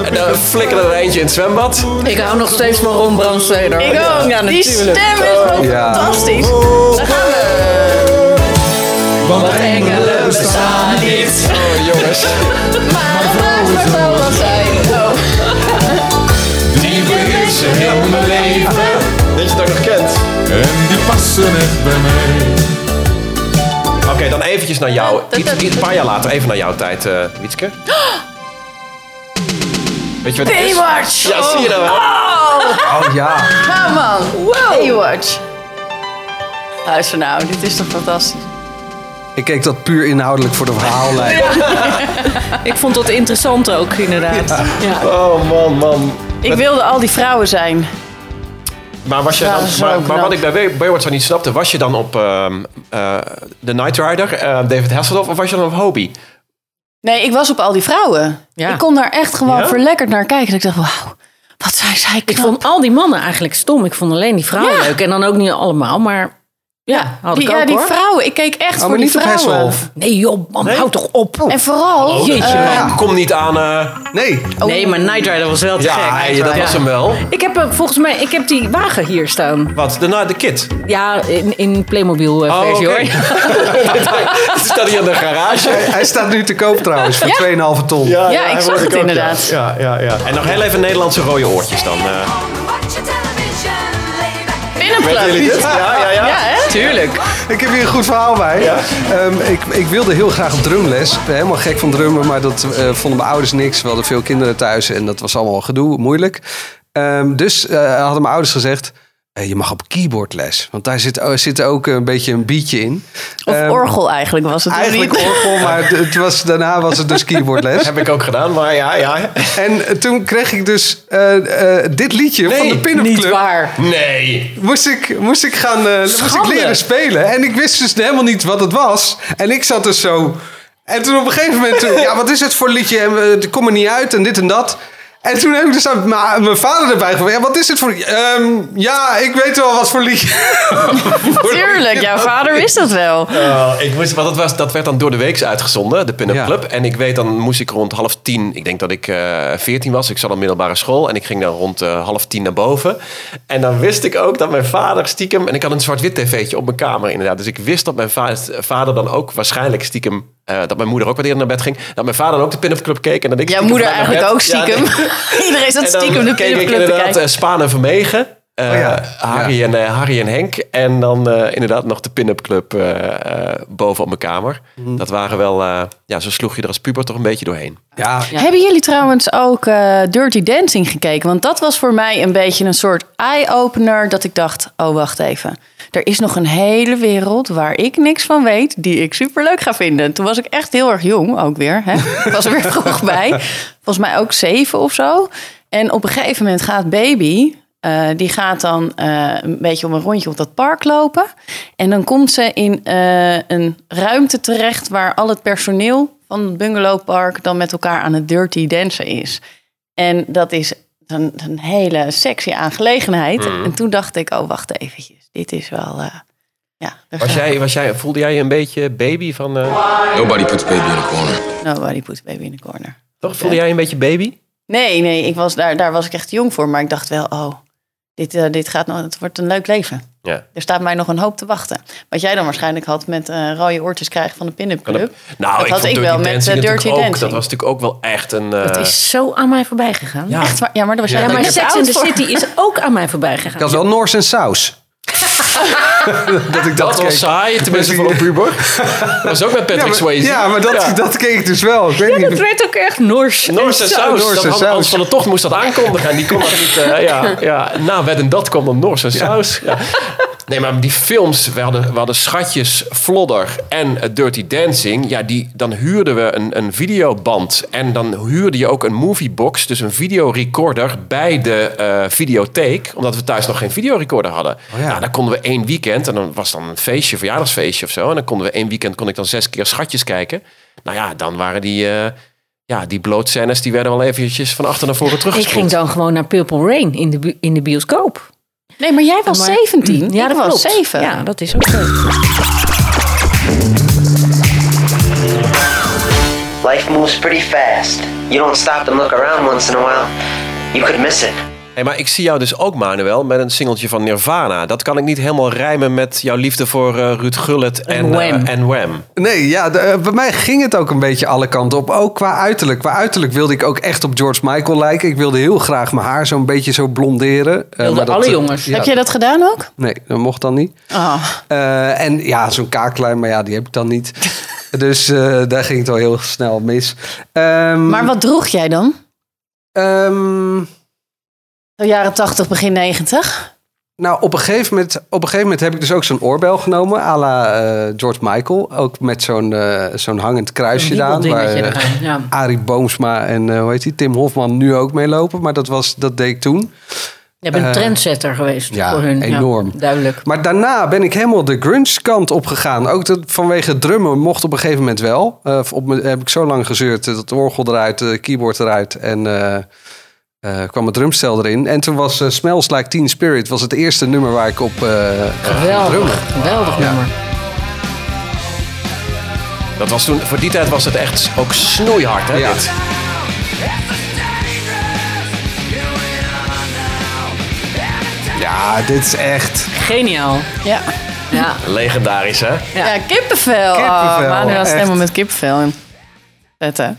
Speaker 1: En dan flikkerde er eentje in het zwembad.
Speaker 2: Ik hou nog steeds van Ron Brandsteder.
Speaker 8: Ik ook.
Speaker 2: Ja,
Speaker 8: Die stem
Speaker 2: natuurlijk.
Speaker 8: is ook
Speaker 1: Ja.
Speaker 8: fantastisch. Daar gaan we.
Speaker 11: Want
Speaker 8: engelen bestaan niet.
Speaker 1: Oh, jongens.
Speaker 8: Maar vrouwen zullen dat zijn.
Speaker 11: Die beheersen heel mijn leven.
Speaker 1: Dat je dat nog kent.
Speaker 11: En die passen echt bij mij.
Speaker 1: Oké, dan eventjes naar jou. Iets, iets- een paar jaar later, even naar jouw tijd, eh Wietske. Weet je wat het is?
Speaker 8: Baywatch.
Speaker 1: Ja, zie je dat wel?
Speaker 8: Oh.
Speaker 5: Oh ja.
Speaker 8: Ja, man. Baywatch. Luister nou, dit is toch fantastisch.
Speaker 5: Ik keek dat puur inhoudelijk voor de verhaallijn.
Speaker 2: Ik vond dat interessant ook, inderdaad. Ja.
Speaker 1: Oh man, man.
Speaker 8: Ik wilde al die vrouwen zijn.
Speaker 1: Maar, was je
Speaker 8: Ja,
Speaker 1: dan,
Speaker 8: dat is
Speaker 1: maar,
Speaker 8: ook
Speaker 1: maar wat
Speaker 8: knap.
Speaker 1: ik bij Bay- Baywatch dan niet snapte, was je dan op ehm eh The Night Rider, eh, David Hasselhoff, of was je dan op Hobie?
Speaker 8: Nee, ik was op al die vrouwen. Ik kon daar echt gewoon
Speaker 2: Ja?
Speaker 8: verlekkerd naar kijken. Dat ik dacht, wauw, wat zijn zij knap.
Speaker 2: Ik vond al die mannen eigenlijk stom. Ik vond alleen die vrouwen
Speaker 8: Ja.
Speaker 2: leuk. En dan ook niet allemaal, maar ja, had ik
Speaker 8: die,
Speaker 2: ook
Speaker 8: ja, die
Speaker 2: hoor.
Speaker 8: vrouwen. Ik keek echt voor die vrouwen.
Speaker 2: Nee joh, man, hou toch op.
Speaker 8: En vooral...
Speaker 1: Oh,
Speaker 8: eh,
Speaker 1: Kom niet aan... eh,
Speaker 5: nee.
Speaker 2: Nee, maar Night Rider was wel te
Speaker 1: Ja,
Speaker 2: gek.
Speaker 1: ja,
Speaker 2: Night
Speaker 1: dat
Speaker 2: Rider.
Speaker 1: was hem wel.
Speaker 2: Ik heb eh, volgens mij, ik heb die wagen hier staan.
Speaker 1: Wat? De, Night- de Kid?
Speaker 2: Ja, in, in Playmobil eh,
Speaker 1: Oh,
Speaker 2: versie
Speaker 1: oké.
Speaker 2: hoor.
Speaker 1: Het staat hier in de garage.
Speaker 5: Hij, hij staat nu te koop trouwens, voor 2,5 ton.
Speaker 8: Ja, ik zag het inderdaad.
Speaker 1: Ja, ja, ja. En nog heel even Nederlandse rode oortjes dan. eh. Weten jullie dit? Ja, ja, ja.
Speaker 8: hè? Tuurlijk.
Speaker 5: Ik heb hier een goed verhaal bij. Ehm, ik, ik wilde heel graag op drumles. Ik ben helemaal gek van drummen, maar dat eh, vonden mijn ouders niks. We hadden veel kinderen thuis en dat was allemaal gedoe, moeilijk. Ehm, dus eh, hadden mijn ouders gezegd, eh, je mag op keyboardles. Want daar zit, oh, zit ook een beetje een beatje in.
Speaker 8: Of
Speaker 5: Ehm,
Speaker 8: orgel eigenlijk was het. of
Speaker 5: Eigenlijk
Speaker 8: niet?
Speaker 5: orgel, maar het- het was, daarna was het dus keyboardles.
Speaker 1: Heb ik ook gedaan, maar ja, ja.
Speaker 5: En eh, toen kreeg ik dus eh, eh, dit liedje van de Pin-Up Club.
Speaker 1: Nee.
Speaker 5: moest ik, moest ik gaan eh, moest ik
Speaker 1: Schande.
Speaker 5: leren spelen. En ik wist dus helemaal niet wat het was. En ik zat dus zo. En toen op een gegeven moment, toen, ja, wat is het voor liedje? En eh, het komt er niet uit en dit en dat. En toen heb ik dus aan ma- mijn vader erbij gevoerd. Ja, wat is het voor liedje? Ehm, ja, ik weet wel wat voor liedje.
Speaker 8: Tuurlijk, jouw vader wist dat wel.
Speaker 1: Eh, ik moest, want dat, was, dat werd dan door de week uitgezonden, de Pin-Up
Speaker 5: Ja.
Speaker 1: Club. En ik weet, dan moest ik rond half tien, ik denk dat ik eh, veertien was, ik zat op middelbare school. En ik ging dan rond eh, half tien naar boven. En dan wist ik ook dat mijn vader stiekem, en ik had een zwart-wit tv'tje op mijn kamer inderdaad. Dus ik wist dat mijn va- vader dan ook waarschijnlijk stiekem, eh, dat mijn moeder ook wat eerder naar bed ging. Dat mijn vader dan ook de Pin-Up Club keek. En dat ik
Speaker 8: Jouw
Speaker 1: stiekem
Speaker 8: moeder
Speaker 1: naar
Speaker 8: eigenlijk
Speaker 1: bed- Ja,
Speaker 8: ook stiekem. Iedereen zat
Speaker 1: en dan
Speaker 8: stiekem de
Speaker 1: keek
Speaker 8: Pin-Up
Speaker 1: ik
Speaker 8: Club te
Speaker 1: inderdaad
Speaker 8: kijken.
Speaker 1: eh, Spaan en Vermegen.
Speaker 5: Oh
Speaker 1: Eh, Harry, En, eh, Harry en Henk. En dan eh, inderdaad nog de pin-up club eh, eh, boven op mijn kamer.
Speaker 5: Mhm.
Speaker 1: Dat waren wel... eh, ja, zo sloeg je er als puber toch een beetje doorheen.
Speaker 5: Ja,
Speaker 8: Hebben jullie trouwens ook eh, Dirty Dancing gekeken? Want dat was voor mij een beetje een soort eye-opener. Dat ik dacht, oh wacht even. Er is nog een hele wereld waar ik niks van weet. Die ik superleuk ga vinden. Toen was ik echt heel erg jong ook weer. Hè? Ik was er weer vroeg bij. Volgens mij ook zeven of zo. En op een gegeven moment gaat baby... eh, die gaat dan eh, een beetje om een rondje op dat park lopen. En dan komt ze in eh, een ruimte terecht waar al het personeel van het bungalowpark dan met elkaar aan het dirty dansen is. En dat is een, een hele sexy aangelegenheid.
Speaker 1: Mhm.
Speaker 8: En toen dacht ik, oh wacht eventjes, dit is wel... eh, ja, daar
Speaker 1: Was
Speaker 8: gaan
Speaker 1: jij, was jij, voelde jij je een beetje baby van... eh,
Speaker 12: Nobody puts baby in a corner.
Speaker 8: we. Nobody puts baby in the corner.
Speaker 1: Toch voelde jij een beetje baby?
Speaker 8: Nee, nee, ik was, daar, daar was ik echt jong voor. Maar ik dacht wel, oh, dit, eh, dit gaat, nog- het wordt een leuk leven.
Speaker 1: Ja.
Speaker 8: Er staat mij nog een hoop te wachten. Wat jij dan waarschijnlijk had met eh, rode oortjes krijgen van de pin-up
Speaker 1: Kan
Speaker 8: club.
Speaker 1: dat- Nou,
Speaker 8: dat
Speaker 1: ik
Speaker 8: had
Speaker 1: vond
Speaker 8: ik
Speaker 1: Dirty
Speaker 8: wel met
Speaker 1: Dancing
Speaker 8: eh,
Speaker 1: natuurlijk
Speaker 8: Dirty
Speaker 1: ook.
Speaker 8: Dancing.
Speaker 1: Dat was natuurlijk ook wel echt een... eh,
Speaker 2: Het is zo aan mij voorbij gegaan.
Speaker 1: Ja.
Speaker 8: Echt waar? Ja, maar dat was
Speaker 1: Ja,
Speaker 8: jij
Speaker 2: maar
Speaker 8: dan te
Speaker 2: Sex in
Speaker 8: oud
Speaker 2: the
Speaker 8: voor.
Speaker 2: City is ook aan mij voorbij
Speaker 5: Ik
Speaker 2: gegaan.
Speaker 5: had wel Noors en Saus. dat ik
Speaker 1: Dat
Speaker 5: dat,
Speaker 1: was
Speaker 5: keek.
Speaker 1: saai, tenminste voor een puber. Dat was ook met Patrick
Speaker 5: ja, maar,
Speaker 1: Swayze.
Speaker 5: Ja, maar dat, dat keek ik dus wel. Ik weet
Speaker 2: Ja,
Speaker 5: niet.
Speaker 2: dat werd ook echt Noors.
Speaker 1: Noors en Saus.
Speaker 5: Noors
Speaker 1: dat
Speaker 5: en
Speaker 1: had
Speaker 5: Saus.
Speaker 1: Hans van der Tocht moest dat aankondigen. En die kon dat niet... eh, ja, ja, na Wedden Dat kwam dan Noors en Saus. Ja. Nee, maar die films... We hadden, we hadden Schatjes, Flodder en eh, Dirty Dancing. Ja, die, dan huurden we een, een videoband. En dan huurde je ook een moviebox. Dus een videorecorder bij de eh, videotheek. Omdat we thuis nog geen videorecorder hadden. Nou, dan konden we één weekend... En dan was dan een feestje, verjaardagsfeestje of zo. En dan konden we één weekend... kon ik dan zes keer Schatjes kijken. Nou ja, dan waren die... eh, ja, die blootscènes die werden wel eventjes van achter naar voren
Speaker 2: Ik
Speaker 1: teruggespoeld.
Speaker 2: ging dan gewoon naar Purple Rain in de, bu- in de bioscoop.
Speaker 8: Nee, maar jij was
Speaker 2: Maar- Mm-hmm.
Speaker 8: 17.
Speaker 2: Ja,
Speaker 8: ik
Speaker 2: dat
Speaker 8: was
Speaker 2: klopt.
Speaker 8: 7.
Speaker 2: Ja, dat is ook zo.
Speaker 5: Eh,
Speaker 13: Life moves pretty fast. You don't stop and look around once in a while. You could miss it.
Speaker 1: Hey, maar ik zie jou dus ook, Manuel, met een singeltje van Nirvana. Dat kan ik niet helemaal rijmen met jouw liefde voor eh, Ruud Gullet en
Speaker 5: Wham.
Speaker 1: eh, en Wham.
Speaker 5: Nee, ja, de- eh, bij mij ging het ook een beetje alle kanten op. Ook qua uiterlijk. Qua uiterlijk wilde ik ook echt op George Michael lijken. Ik wilde heel graag mijn haar zo'n beetje zo blonderen. Eh, maar dat, eh, ja.
Speaker 8: Heb jij dat gedaan ook?
Speaker 5: Nee, dat mocht dan niet.
Speaker 8: Oh.
Speaker 5: Eh, en ja, zo'n kaaklijn, maar ja, die heb ik dan niet. dus eh, daar ging het wel heel snel mis. Ehm,
Speaker 8: Maar wat droeg jij dan? De jaren 80, begin 90.
Speaker 5: Nou, op een gegeven moment, op een gegeven moment heb ik dus ook zo'n oorbel genomen, à la eh, George Michael. Ook met zo'n eh, zo'n hangend kruisje
Speaker 2: Zo'n
Speaker 5: daar. Waar
Speaker 2: wiebeldingetje
Speaker 5: eh,
Speaker 2: eraan, ja.
Speaker 5: Arie Boomsma en eh, hoe heet die, Tim Hofman nu ook mee lopen. Maar dat, was, dat deed ik toen.
Speaker 2: Je bent een
Speaker 5: Eh,
Speaker 2: trendsetter geweest
Speaker 5: ja,
Speaker 2: voor hun. Ja,
Speaker 5: enorm.
Speaker 2: duidelijk.
Speaker 5: Maar daarna ben ik helemaal de grunge kant opgegaan. Ook dat, vanwege drummen mocht op een gegeven moment wel. Eh, op mijn- heb ik zo lang gezeurd. eh, Dat orgel eruit, de keyboard eruit. En eh, eh, kwam het drumstel erin. En toen was eh, Smells Like Teen Spirit was het eerste nummer waar ik op eh ging drummen.
Speaker 2: Geweldig. Geweldig nummer.
Speaker 1: Dat was toen, voor die tijd was het echt ook snoeihard, hè? dit?
Speaker 5: Ja, dit is echt...
Speaker 2: Geniaal.
Speaker 8: Ja.
Speaker 5: Dus,
Speaker 2: Ja.
Speaker 5: eh,
Speaker 1: Legendarisch, hè?
Speaker 8: Ja, kippenvel. Oh,
Speaker 5: Kippenvel,
Speaker 8: Manuel was
Speaker 5: echt.
Speaker 8: helemaal met kippenvel. in. Vet, hè?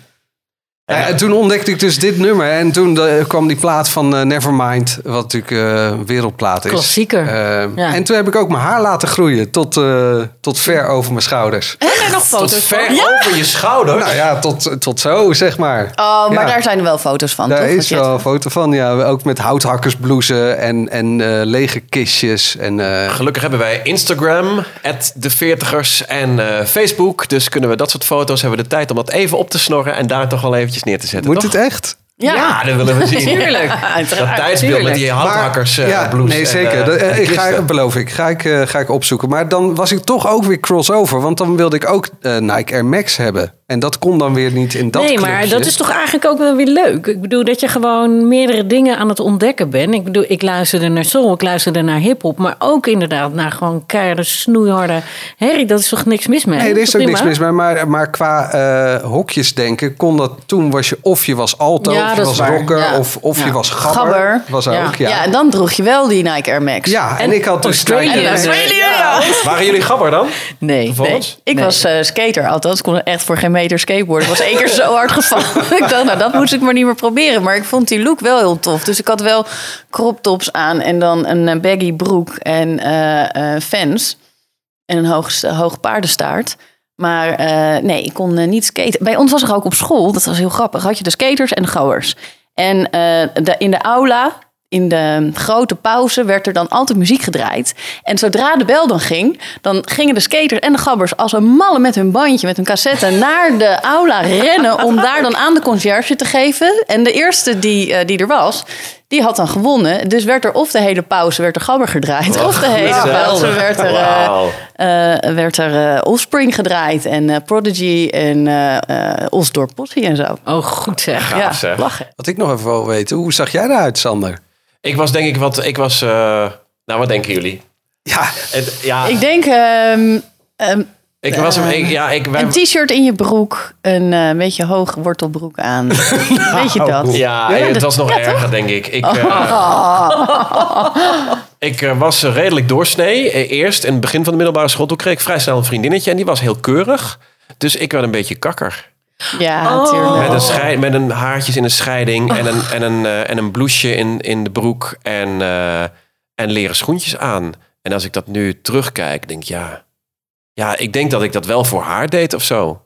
Speaker 5: Nou ja, en toen ontdekte ik dus dit nummer. En toen eh, kwam die plaat van eh, Nevermind, wat natuurlijk eh, een wereldplaat is.
Speaker 2: Klassieker.
Speaker 5: Eh,
Speaker 2: Ja.
Speaker 5: En toen heb ik ook mijn haar laten groeien tot, eh, tot ver over mijn schouders.
Speaker 8: Heb jij nog foto's
Speaker 1: Tot ver
Speaker 8: van? Ja.
Speaker 1: over je schouders.
Speaker 5: Nou ja, tot, tot zo, zeg maar.
Speaker 8: Oh, maar
Speaker 5: Ja.
Speaker 8: daar zijn er wel foto's van,
Speaker 5: Daar
Speaker 8: toch? Dat
Speaker 5: is
Speaker 8: je het-
Speaker 5: wel een foto van, ja. Ook met houthakkersblouses en, en eh, lege kistjes. En, eh,
Speaker 1: Gelukkig hebben wij Instagram, de veertigers en eh, Facebook. Dus kunnen we dat soort foto's, hebben we de tijd om dat even op te snorren en daar toch wel eventjes neer te zetten,
Speaker 5: Moet
Speaker 1: toch?
Speaker 5: het echt?
Speaker 1: Ja. dat willen we zien.
Speaker 8: Tuurlijk.
Speaker 1: Dat
Speaker 8: Uiteraard,
Speaker 1: tijdsbeeld met
Speaker 8: tuurlijk.
Speaker 1: die houthakkers eh
Speaker 5: ja,
Speaker 1: blues
Speaker 5: nee,
Speaker 1: en,
Speaker 5: zeker.
Speaker 1: eh,
Speaker 5: Dat, eh,
Speaker 1: en
Speaker 5: ik ga,
Speaker 1: kisten.
Speaker 5: beloof ik. Ga ik, eh, ga ik opzoeken. Maar dan was ik toch ook weer crossover. Want dan wilde ik ook eh, Nike Air Max hebben. En dat kon dan weer niet in dat
Speaker 2: nee, maar
Speaker 5: clubje.
Speaker 2: dat is toch eigenlijk ook wel weer leuk. Ik bedoel dat je gewoon meerdere dingen aan het ontdekken bent. Ik bedoel, ik luisterde naar soul, ik luisterde naar hip-hop, maar ook inderdaad naar gewoon keiharde, snoeiharde herrie. Dat is toch niks mis mee?
Speaker 5: Nee, er is ook
Speaker 2: Prima.
Speaker 5: niks mis mee. Maar, maar qua eh, hokjes denken kon dat toen was je of je was alto,
Speaker 8: Ja,
Speaker 5: of je
Speaker 8: dat is
Speaker 5: was
Speaker 8: waar.
Speaker 5: rocker,
Speaker 8: Ja.
Speaker 5: of, of je
Speaker 8: Ja.
Speaker 5: was gabber. Was
Speaker 8: ja.
Speaker 5: ook, ja.
Speaker 8: en dan droeg je wel die Nike Air Max.
Speaker 5: Ja, en ik had dus
Speaker 8: Australië.
Speaker 5: Nike Air Max.
Speaker 8: Australië, ja.
Speaker 1: Waren jullie gabber dan?
Speaker 2: Nee.
Speaker 8: Nee, ik was eh, skater, althans kon er echt voor geen meter skateboarden. Ik was één keer zo hard gevallen. ik dacht, nou, dat moest ik maar niet meer proberen. Maar ik vond die look wel heel tof. Dus ik had wel crop tops aan en dan een eh, baggy broek en eh, eh, fans. En een hoog, hoog paardenstaart. Maar eh, nee, ik kon eh, niet skaten. Bij ons was er ook op school, dat was heel grappig, had je de skaters en de goers. En eh, de, in de aula, in de grote pauze, werd er dan altijd muziek gedraaid. En zodra de bel dan ging, dan gingen de skaters en de gabbers als een malle met hun bandje, met hun cassette, naar de aula rennen om daar dan aan de conciërge te geven. En de eerste die, eh, die er was, die had dan gewonnen. Dus werd er of de hele pauze werd er gabber gedraaid, of de hele
Speaker 12: Oh, gezellig.
Speaker 8: pauze werd er... eh,
Speaker 12: Wauw.
Speaker 8: eh, werd er eh, Offspring gedraaid en eh, Prodigy en eh eh Osdorp Posse en zo.
Speaker 2: Oh, goed zeg.
Speaker 8: ja,
Speaker 5: Lachen. Wat ik nog even wil weten, hoe zag jij eruit, Sander?
Speaker 1: Ik was denk ik wat. Ik was. eh, nou, wat denken jullie?
Speaker 5: Ja.
Speaker 1: Het, ja
Speaker 8: Ik denk ehm, ehm,
Speaker 1: ik was hem. ik- ja, ik, wij-
Speaker 8: een t-shirt in je broek, een eh, beetje hoog wortelbroek aan. Weet je dat?
Speaker 1: Ja, het
Speaker 8: dat-
Speaker 1: was nog
Speaker 8: ja,
Speaker 1: erger,
Speaker 8: toch?
Speaker 1: denk ik. Ik,
Speaker 8: Oh.
Speaker 1: eh, Ik eh, was eh, redelijk doorsnee. Eh, Eerst in het begin van de middelbare school. Toen kreeg ik vrij snel een vriendinnetje. En die was heel keurig. Dus ik werd een beetje kakker.
Speaker 8: Ja,
Speaker 2: Oh.
Speaker 8: tuurlijk.
Speaker 1: Met, een scheid, met een haartjes in een scheiding. En een, en een, eh, en een blouseje in, in de broek. En, eh, en leren schoentjes aan. En als ik dat nu terugkijk, denk ik ja. Ja, ik denk dat ik dat wel voor haar deed of zo.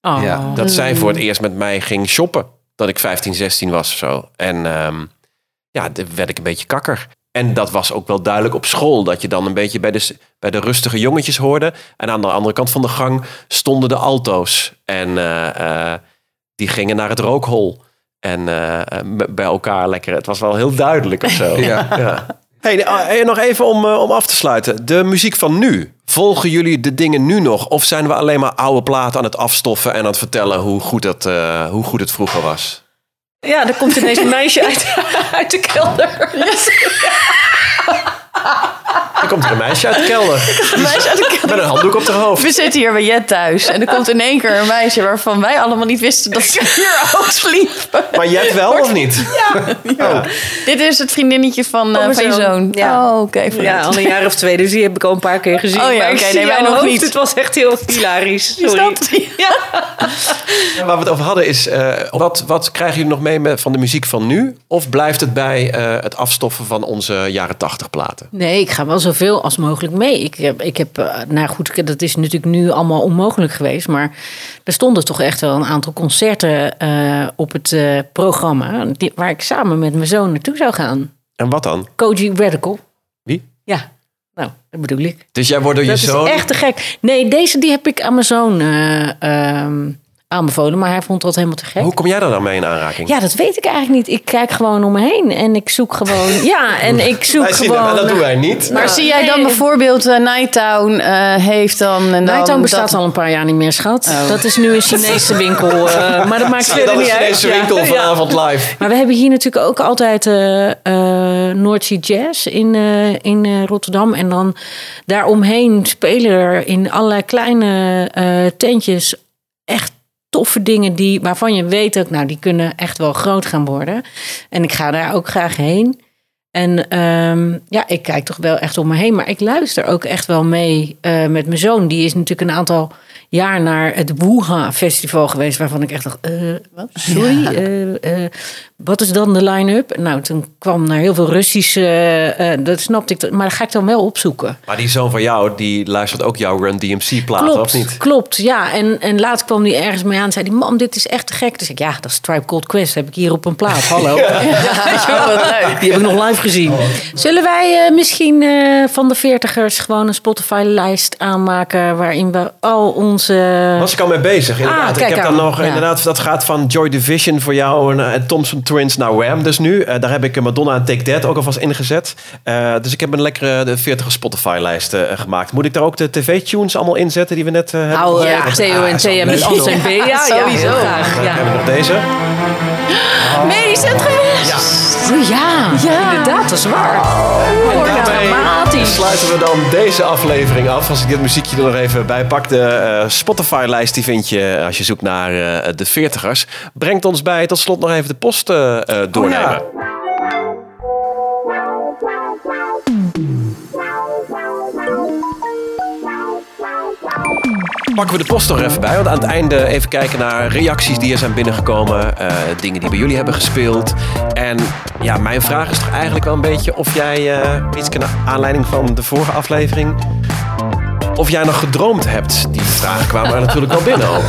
Speaker 2: Oh.
Speaker 1: Ja, dat zij voor het eerst met mij ging shoppen. Dat ik 15, 16 was of zo. En ehm, ja, dan werd ik een beetje kakker. En dat was ook wel duidelijk op school. Dat je dan een beetje bij de, s- bij de rustige jongetjes hoorde. En aan de andere kant van de gang stonden de alto's. En eh, eh, die gingen naar het rookhol. En eh, eh, m- bij elkaar lekker. Het was wel heel duidelijk of zo.
Speaker 5: Ja.
Speaker 1: Hey, de- ah, eh, nog even om, eh, om af te sluiten. De muziek van nu. Volgen jullie de dingen nu nog? Of zijn we alleen maar oude platen aan het afstoffen en aan het vertellen hoe goed het, eh, hoe goed het vroeger was?
Speaker 2: Ja, er komt ineens een meisje uit, uit de kelder.
Speaker 1: Er komt er een meisje uit de kelder.
Speaker 8: Een meisje uit de kelder.
Speaker 1: Met een handdoek op haar hoofd.
Speaker 8: We zitten hier bij Jet thuis en er komt in één keer een meisje waarvan wij allemaal niet wisten dat ze hier ook sliep.
Speaker 1: Maar jij wel of niet?
Speaker 8: Dit is het vriendinnetje van, eh
Speaker 2: mijn
Speaker 8: van je
Speaker 2: zoon.
Speaker 8: zoon. Oh, oké.
Speaker 2: Ja, al een jaar of twee. Dus die heb ik al een paar keer gezien.
Speaker 8: Oh ja,
Speaker 2: Maar ik
Speaker 8: oké,
Speaker 2: zie
Speaker 8: nee, wij
Speaker 2: jouw
Speaker 8: nog
Speaker 2: hoofd.
Speaker 8: niet.
Speaker 2: Het was echt heel hilarisch. Sorry.
Speaker 1: En Waar we het over hadden is, eh, wat, wat krijgen jullie nog mee met, van de muziek van nu? Of blijft het bij eh, het afstoffen van onze jaren tachtig platen?
Speaker 2: Nee, ik ga wel zoveel als mogelijk mee. Ik heb, ik heb, eh, nou goed, dat is natuurlijk nu allemaal onmogelijk geweest. Maar er stonden toch echt wel een aantal concerten eh, op het eh, programma. Die, waar ik samen met mijn zoon naartoe zou gaan.
Speaker 1: En wat dan?
Speaker 2: Koji Radical.
Speaker 1: Wie?
Speaker 2: Ja, nou, dat bedoel ik.
Speaker 1: Dus jij wordt door
Speaker 2: dat
Speaker 1: je zoon...
Speaker 2: is echt te gek. Nee, deze die heb ik aan mijn zoon eh, ehm, aanbevolen. Maar hij vond dat helemaal te gek.
Speaker 1: Hoe kom jij daar dan mee in aanraking?
Speaker 2: Ja, dat weet ik eigenlijk niet. Ik kijk gewoon om me heen en ik zoek gewoon. Ja, en ik zoek
Speaker 1: Wij zien dat,
Speaker 2: gewoon.
Speaker 1: maar dat doen wij niet.
Speaker 8: Maar
Speaker 2: Nou,
Speaker 8: zie jij dan
Speaker 2: nee.
Speaker 8: bijvoorbeeld eh, Nighttown eh, heeft dan... En dan
Speaker 2: Nighttown bestaat
Speaker 8: dat-
Speaker 2: al een paar jaar niet meer, schat. Dat is nu een Chinese winkel. eh, maar dat maakt
Speaker 1: Ja,
Speaker 2: verder
Speaker 1: dat
Speaker 2: niet
Speaker 1: is
Speaker 2: uit.
Speaker 1: deze
Speaker 2: Ja.
Speaker 1: winkel
Speaker 2: Ja.
Speaker 1: vanavond live.
Speaker 2: Maar we hebben hier natuurlijk ook altijd eh eh, Noordzee Jazz in, eh, in eh, Rotterdam. En dan daaromheen spelen er in allerlei kleine eh, tentjes echt toffe dingen die, waarvan je weet dat nou, die kunnen echt wel groot gaan worden. En ik ga daar ook graag heen. En ehm, ja, ik kijk toch wel echt om me heen. Maar ik luister ook echt wel mee eh, met mijn zoon. Die is natuurlijk een aantal jaar naar het Woeha-festival geweest. Waarvan ik echt dacht, eh, wat? sorry, eh, eh, wat is dan de line-up? Nou, toen kwam er heel veel Russische... eh, eh, dat snapte ik, dat- maar dat ga ik dan wel opzoeken.
Speaker 1: Maar die zoon van jou, die luistert ook jouw Run DMC platen, of niet?
Speaker 2: Klopt, ja. En, en laatst kwam hij ergens mee aan en zei die Mam, dit is echt te gek. Dus ik, ja, dat is Tribe Called Quest. Heb ik hier op een plaat. Hallo.
Speaker 12: Ja.
Speaker 2: Ja,
Speaker 12: wat leuk.
Speaker 2: Die heb ik nog live gezien. Zullen wij eh, misschien eh, van de veertigers gewoon een Spotify-lijst aanmaken... waarin we al onze...
Speaker 1: Was ik al mee bezig, inderdaad.
Speaker 2: Ah,
Speaker 1: ik
Speaker 2: kijk
Speaker 1: heb dan
Speaker 2: aan.
Speaker 1: nog,
Speaker 2: Ja.
Speaker 1: inderdaad, dat gaat van Joy Division voor jou en eh, Thompson Twins naar Wham dus nu. Eh, daar heb ik eh, Madonna en Take That ook alvast ingezet. Eh, dus ik heb een lekkere de 40 Spotify-lijst eh, gemaakt. Moet ik daar ook de tv-tunes allemaal inzetten die we net eh, hebben? Ah,
Speaker 2: Hou, eh,
Speaker 1: opgegeven?
Speaker 2: Theo en
Speaker 1: is wel
Speaker 2: Thea
Speaker 1: leuk,
Speaker 2: met Ans en
Speaker 1: joh.
Speaker 2: Bea. Ja,
Speaker 8: sowieso.
Speaker 2: heel graag,
Speaker 1: Dan
Speaker 2: ja.
Speaker 1: hebben we nog deze.
Speaker 8: Medisch het geweest.
Speaker 2: Oh ja, inderdaad, dat is waar. Oh,
Speaker 1: Dan
Speaker 2: dramatisch.
Speaker 1: sluiten we dan deze aflevering af. Als ik dit muziekje er nog even bij pak. De eh, Spotify-lijst die vind je als je zoekt naar eh, de 40ers. Brengt ons bij tot slot nog even de post eh,
Speaker 5: Oh
Speaker 1: eh, doornemen. Pakken we de post nog even bij. Want aan het einde even kijken naar reacties die er zijn binnengekomen. eh, dingen die bij jullie hebben gespeeld. En ja, mijn vraag is toch eigenlijk wel een beetje of jij, eh Pietske, naar aanleiding van de vorige aflevering... Of jij nog gedroomd hebt. Die vragen kwamen er natuurlijk wel binnen ook.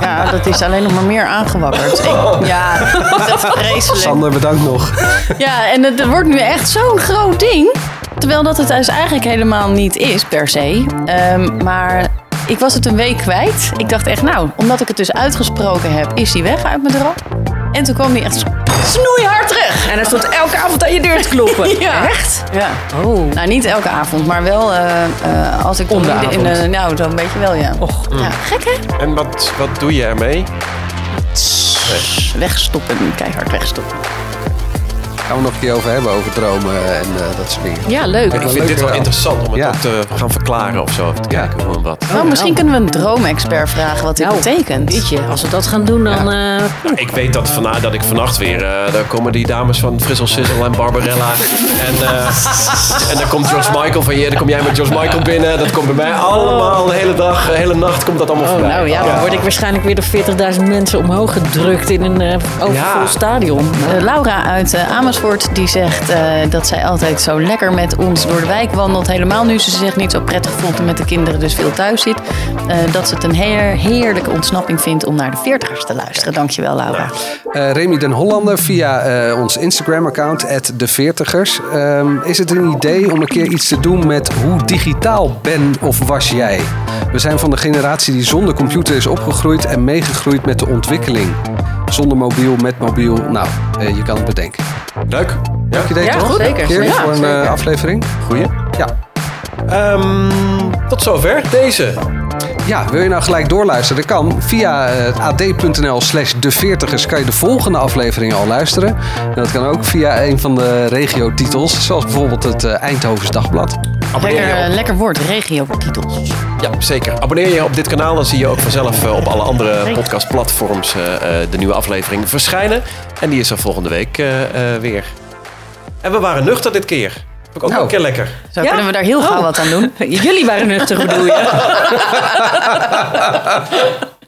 Speaker 8: Ja, dat is alleen nog maar meer aangewakkerd. Ik- ja, dat is echt vreselijk.
Speaker 5: Sander, bedankt nog.
Speaker 8: Ja, en het wordt nu echt zo'n groot ding. Terwijl dat het dus eigenlijk helemaal niet is, per se. Ehm, maar ik was het een week kwijt. Ik dacht echt, nou, omdat ik het dus uitgesproken heb, is die weg uit mijn droom. En toen kwam die echt snoeihard terug.
Speaker 12: En hij stond elke avond aan je deur te kloppen.
Speaker 8: Ja.
Speaker 12: Echt?
Speaker 8: Ja. Oh. Nou, niet elke avond, maar wel eh, eh, als ik dan
Speaker 1: Om de
Speaker 8: midden in
Speaker 1: avond.
Speaker 8: de- nou, dan weet je wel, ja. Och. Ja, gek hè?
Speaker 1: En wat, wat doe je ermee?
Speaker 8: Wegstoppen, keihard wegstoppen.
Speaker 5: Gaan we nog een keer over hebben, over dromen en eh, dat soort dingen.
Speaker 8: Ja, leuk.
Speaker 1: Ik vind dit wel interessant om het ook te gaan verklaren of zo. Of te kijken hoe en wat.
Speaker 8: Oh, misschien kunnen we een droomexpert vragen wat dit betekent. Weet je, als we dat gaan doen, dan...
Speaker 2: eh,
Speaker 1: Nou, ik weet dat, vana- dat ik vannacht weer... eh, daar komen die dames van Frizzle Sizzle en Barbarella. En, eh, en dan komt George Michael van je. Dan kom jij met George Michael binnen. Dat komt bij mij allemaal de hele dag, de hele nacht komt dat allemaal
Speaker 2: Oh,
Speaker 1: voorbij.
Speaker 2: nou ja, dan word ik waarschijnlijk weer door 40.000 mensen omhoog gedrukt in een eh, overvol
Speaker 8: Ja.
Speaker 2: stadion. Nou,
Speaker 8: Eh, Laura uit eh, Amersfoort die zegt eh, dat zij altijd zo lekker met ons door de wijk wandelt. Helemaal nu ze zich niet zo prettig voelt en met de kinderen dus veel thuis zit. Eh, dat ze het een heer, heerlijke ontsnapping vindt om naar de veertigers te luisteren. Dankjewel Laura.
Speaker 5: Eh, Remy den Hollander via eh, ons Instagram-account, de 40ers. is het een idee om een keer iets te doen met hoe digitaal ben of was jij? We zijn van de generatie die zonder computer is opgegroeid en meegegroeid met de ontwikkeling. Zonder mobiel, met mobiel. Nou, eh, je kan het bedenken.
Speaker 1: Leuk.
Speaker 5: Leuk idee,
Speaker 1: Ja,
Speaker 5: toch?
Speaker 1: goed.
Speaker 5: Een keer
Speaker 1: Zeker.
Speaker 5: voor een
Speaker 1: Ja,
Speaker 5: eh,
Speaker 1: zeker.
Speaker 5: aflevering.
Speaker 1: Goeie.
Speaker 5: Ja.
Speaker 1: tot zover deze.
Speaker 5: Ja, wil je nou gelijk doorluisteren? Dat kan. Via eh, ad.nl slash de 40ers kan je de volgende aflevering al luisteren. En dat kan ook via een van de regiotitels, zoals bijvoorbeeld het eh, Eindhovens Dagblad.
Speaker 8: Lekker, eh, lekker woord, regio-titels.
Speaker 1: Ja, zeker. Abonneer je op dit kanaal, dan zie je ook vanzelf eh, op alle andere podcastplatforms eh, eh, de nieuwe aflevering verschijnen. En die is er volgende week eh, eh, weer. En we waren nuchter dit keer. Vond ik ook wel een keer lekker.
Speaker 8: Zo kunnen we daar heel gauw wat aan doen.
Speaker 2: Jullie waren nuchter, bedoel je?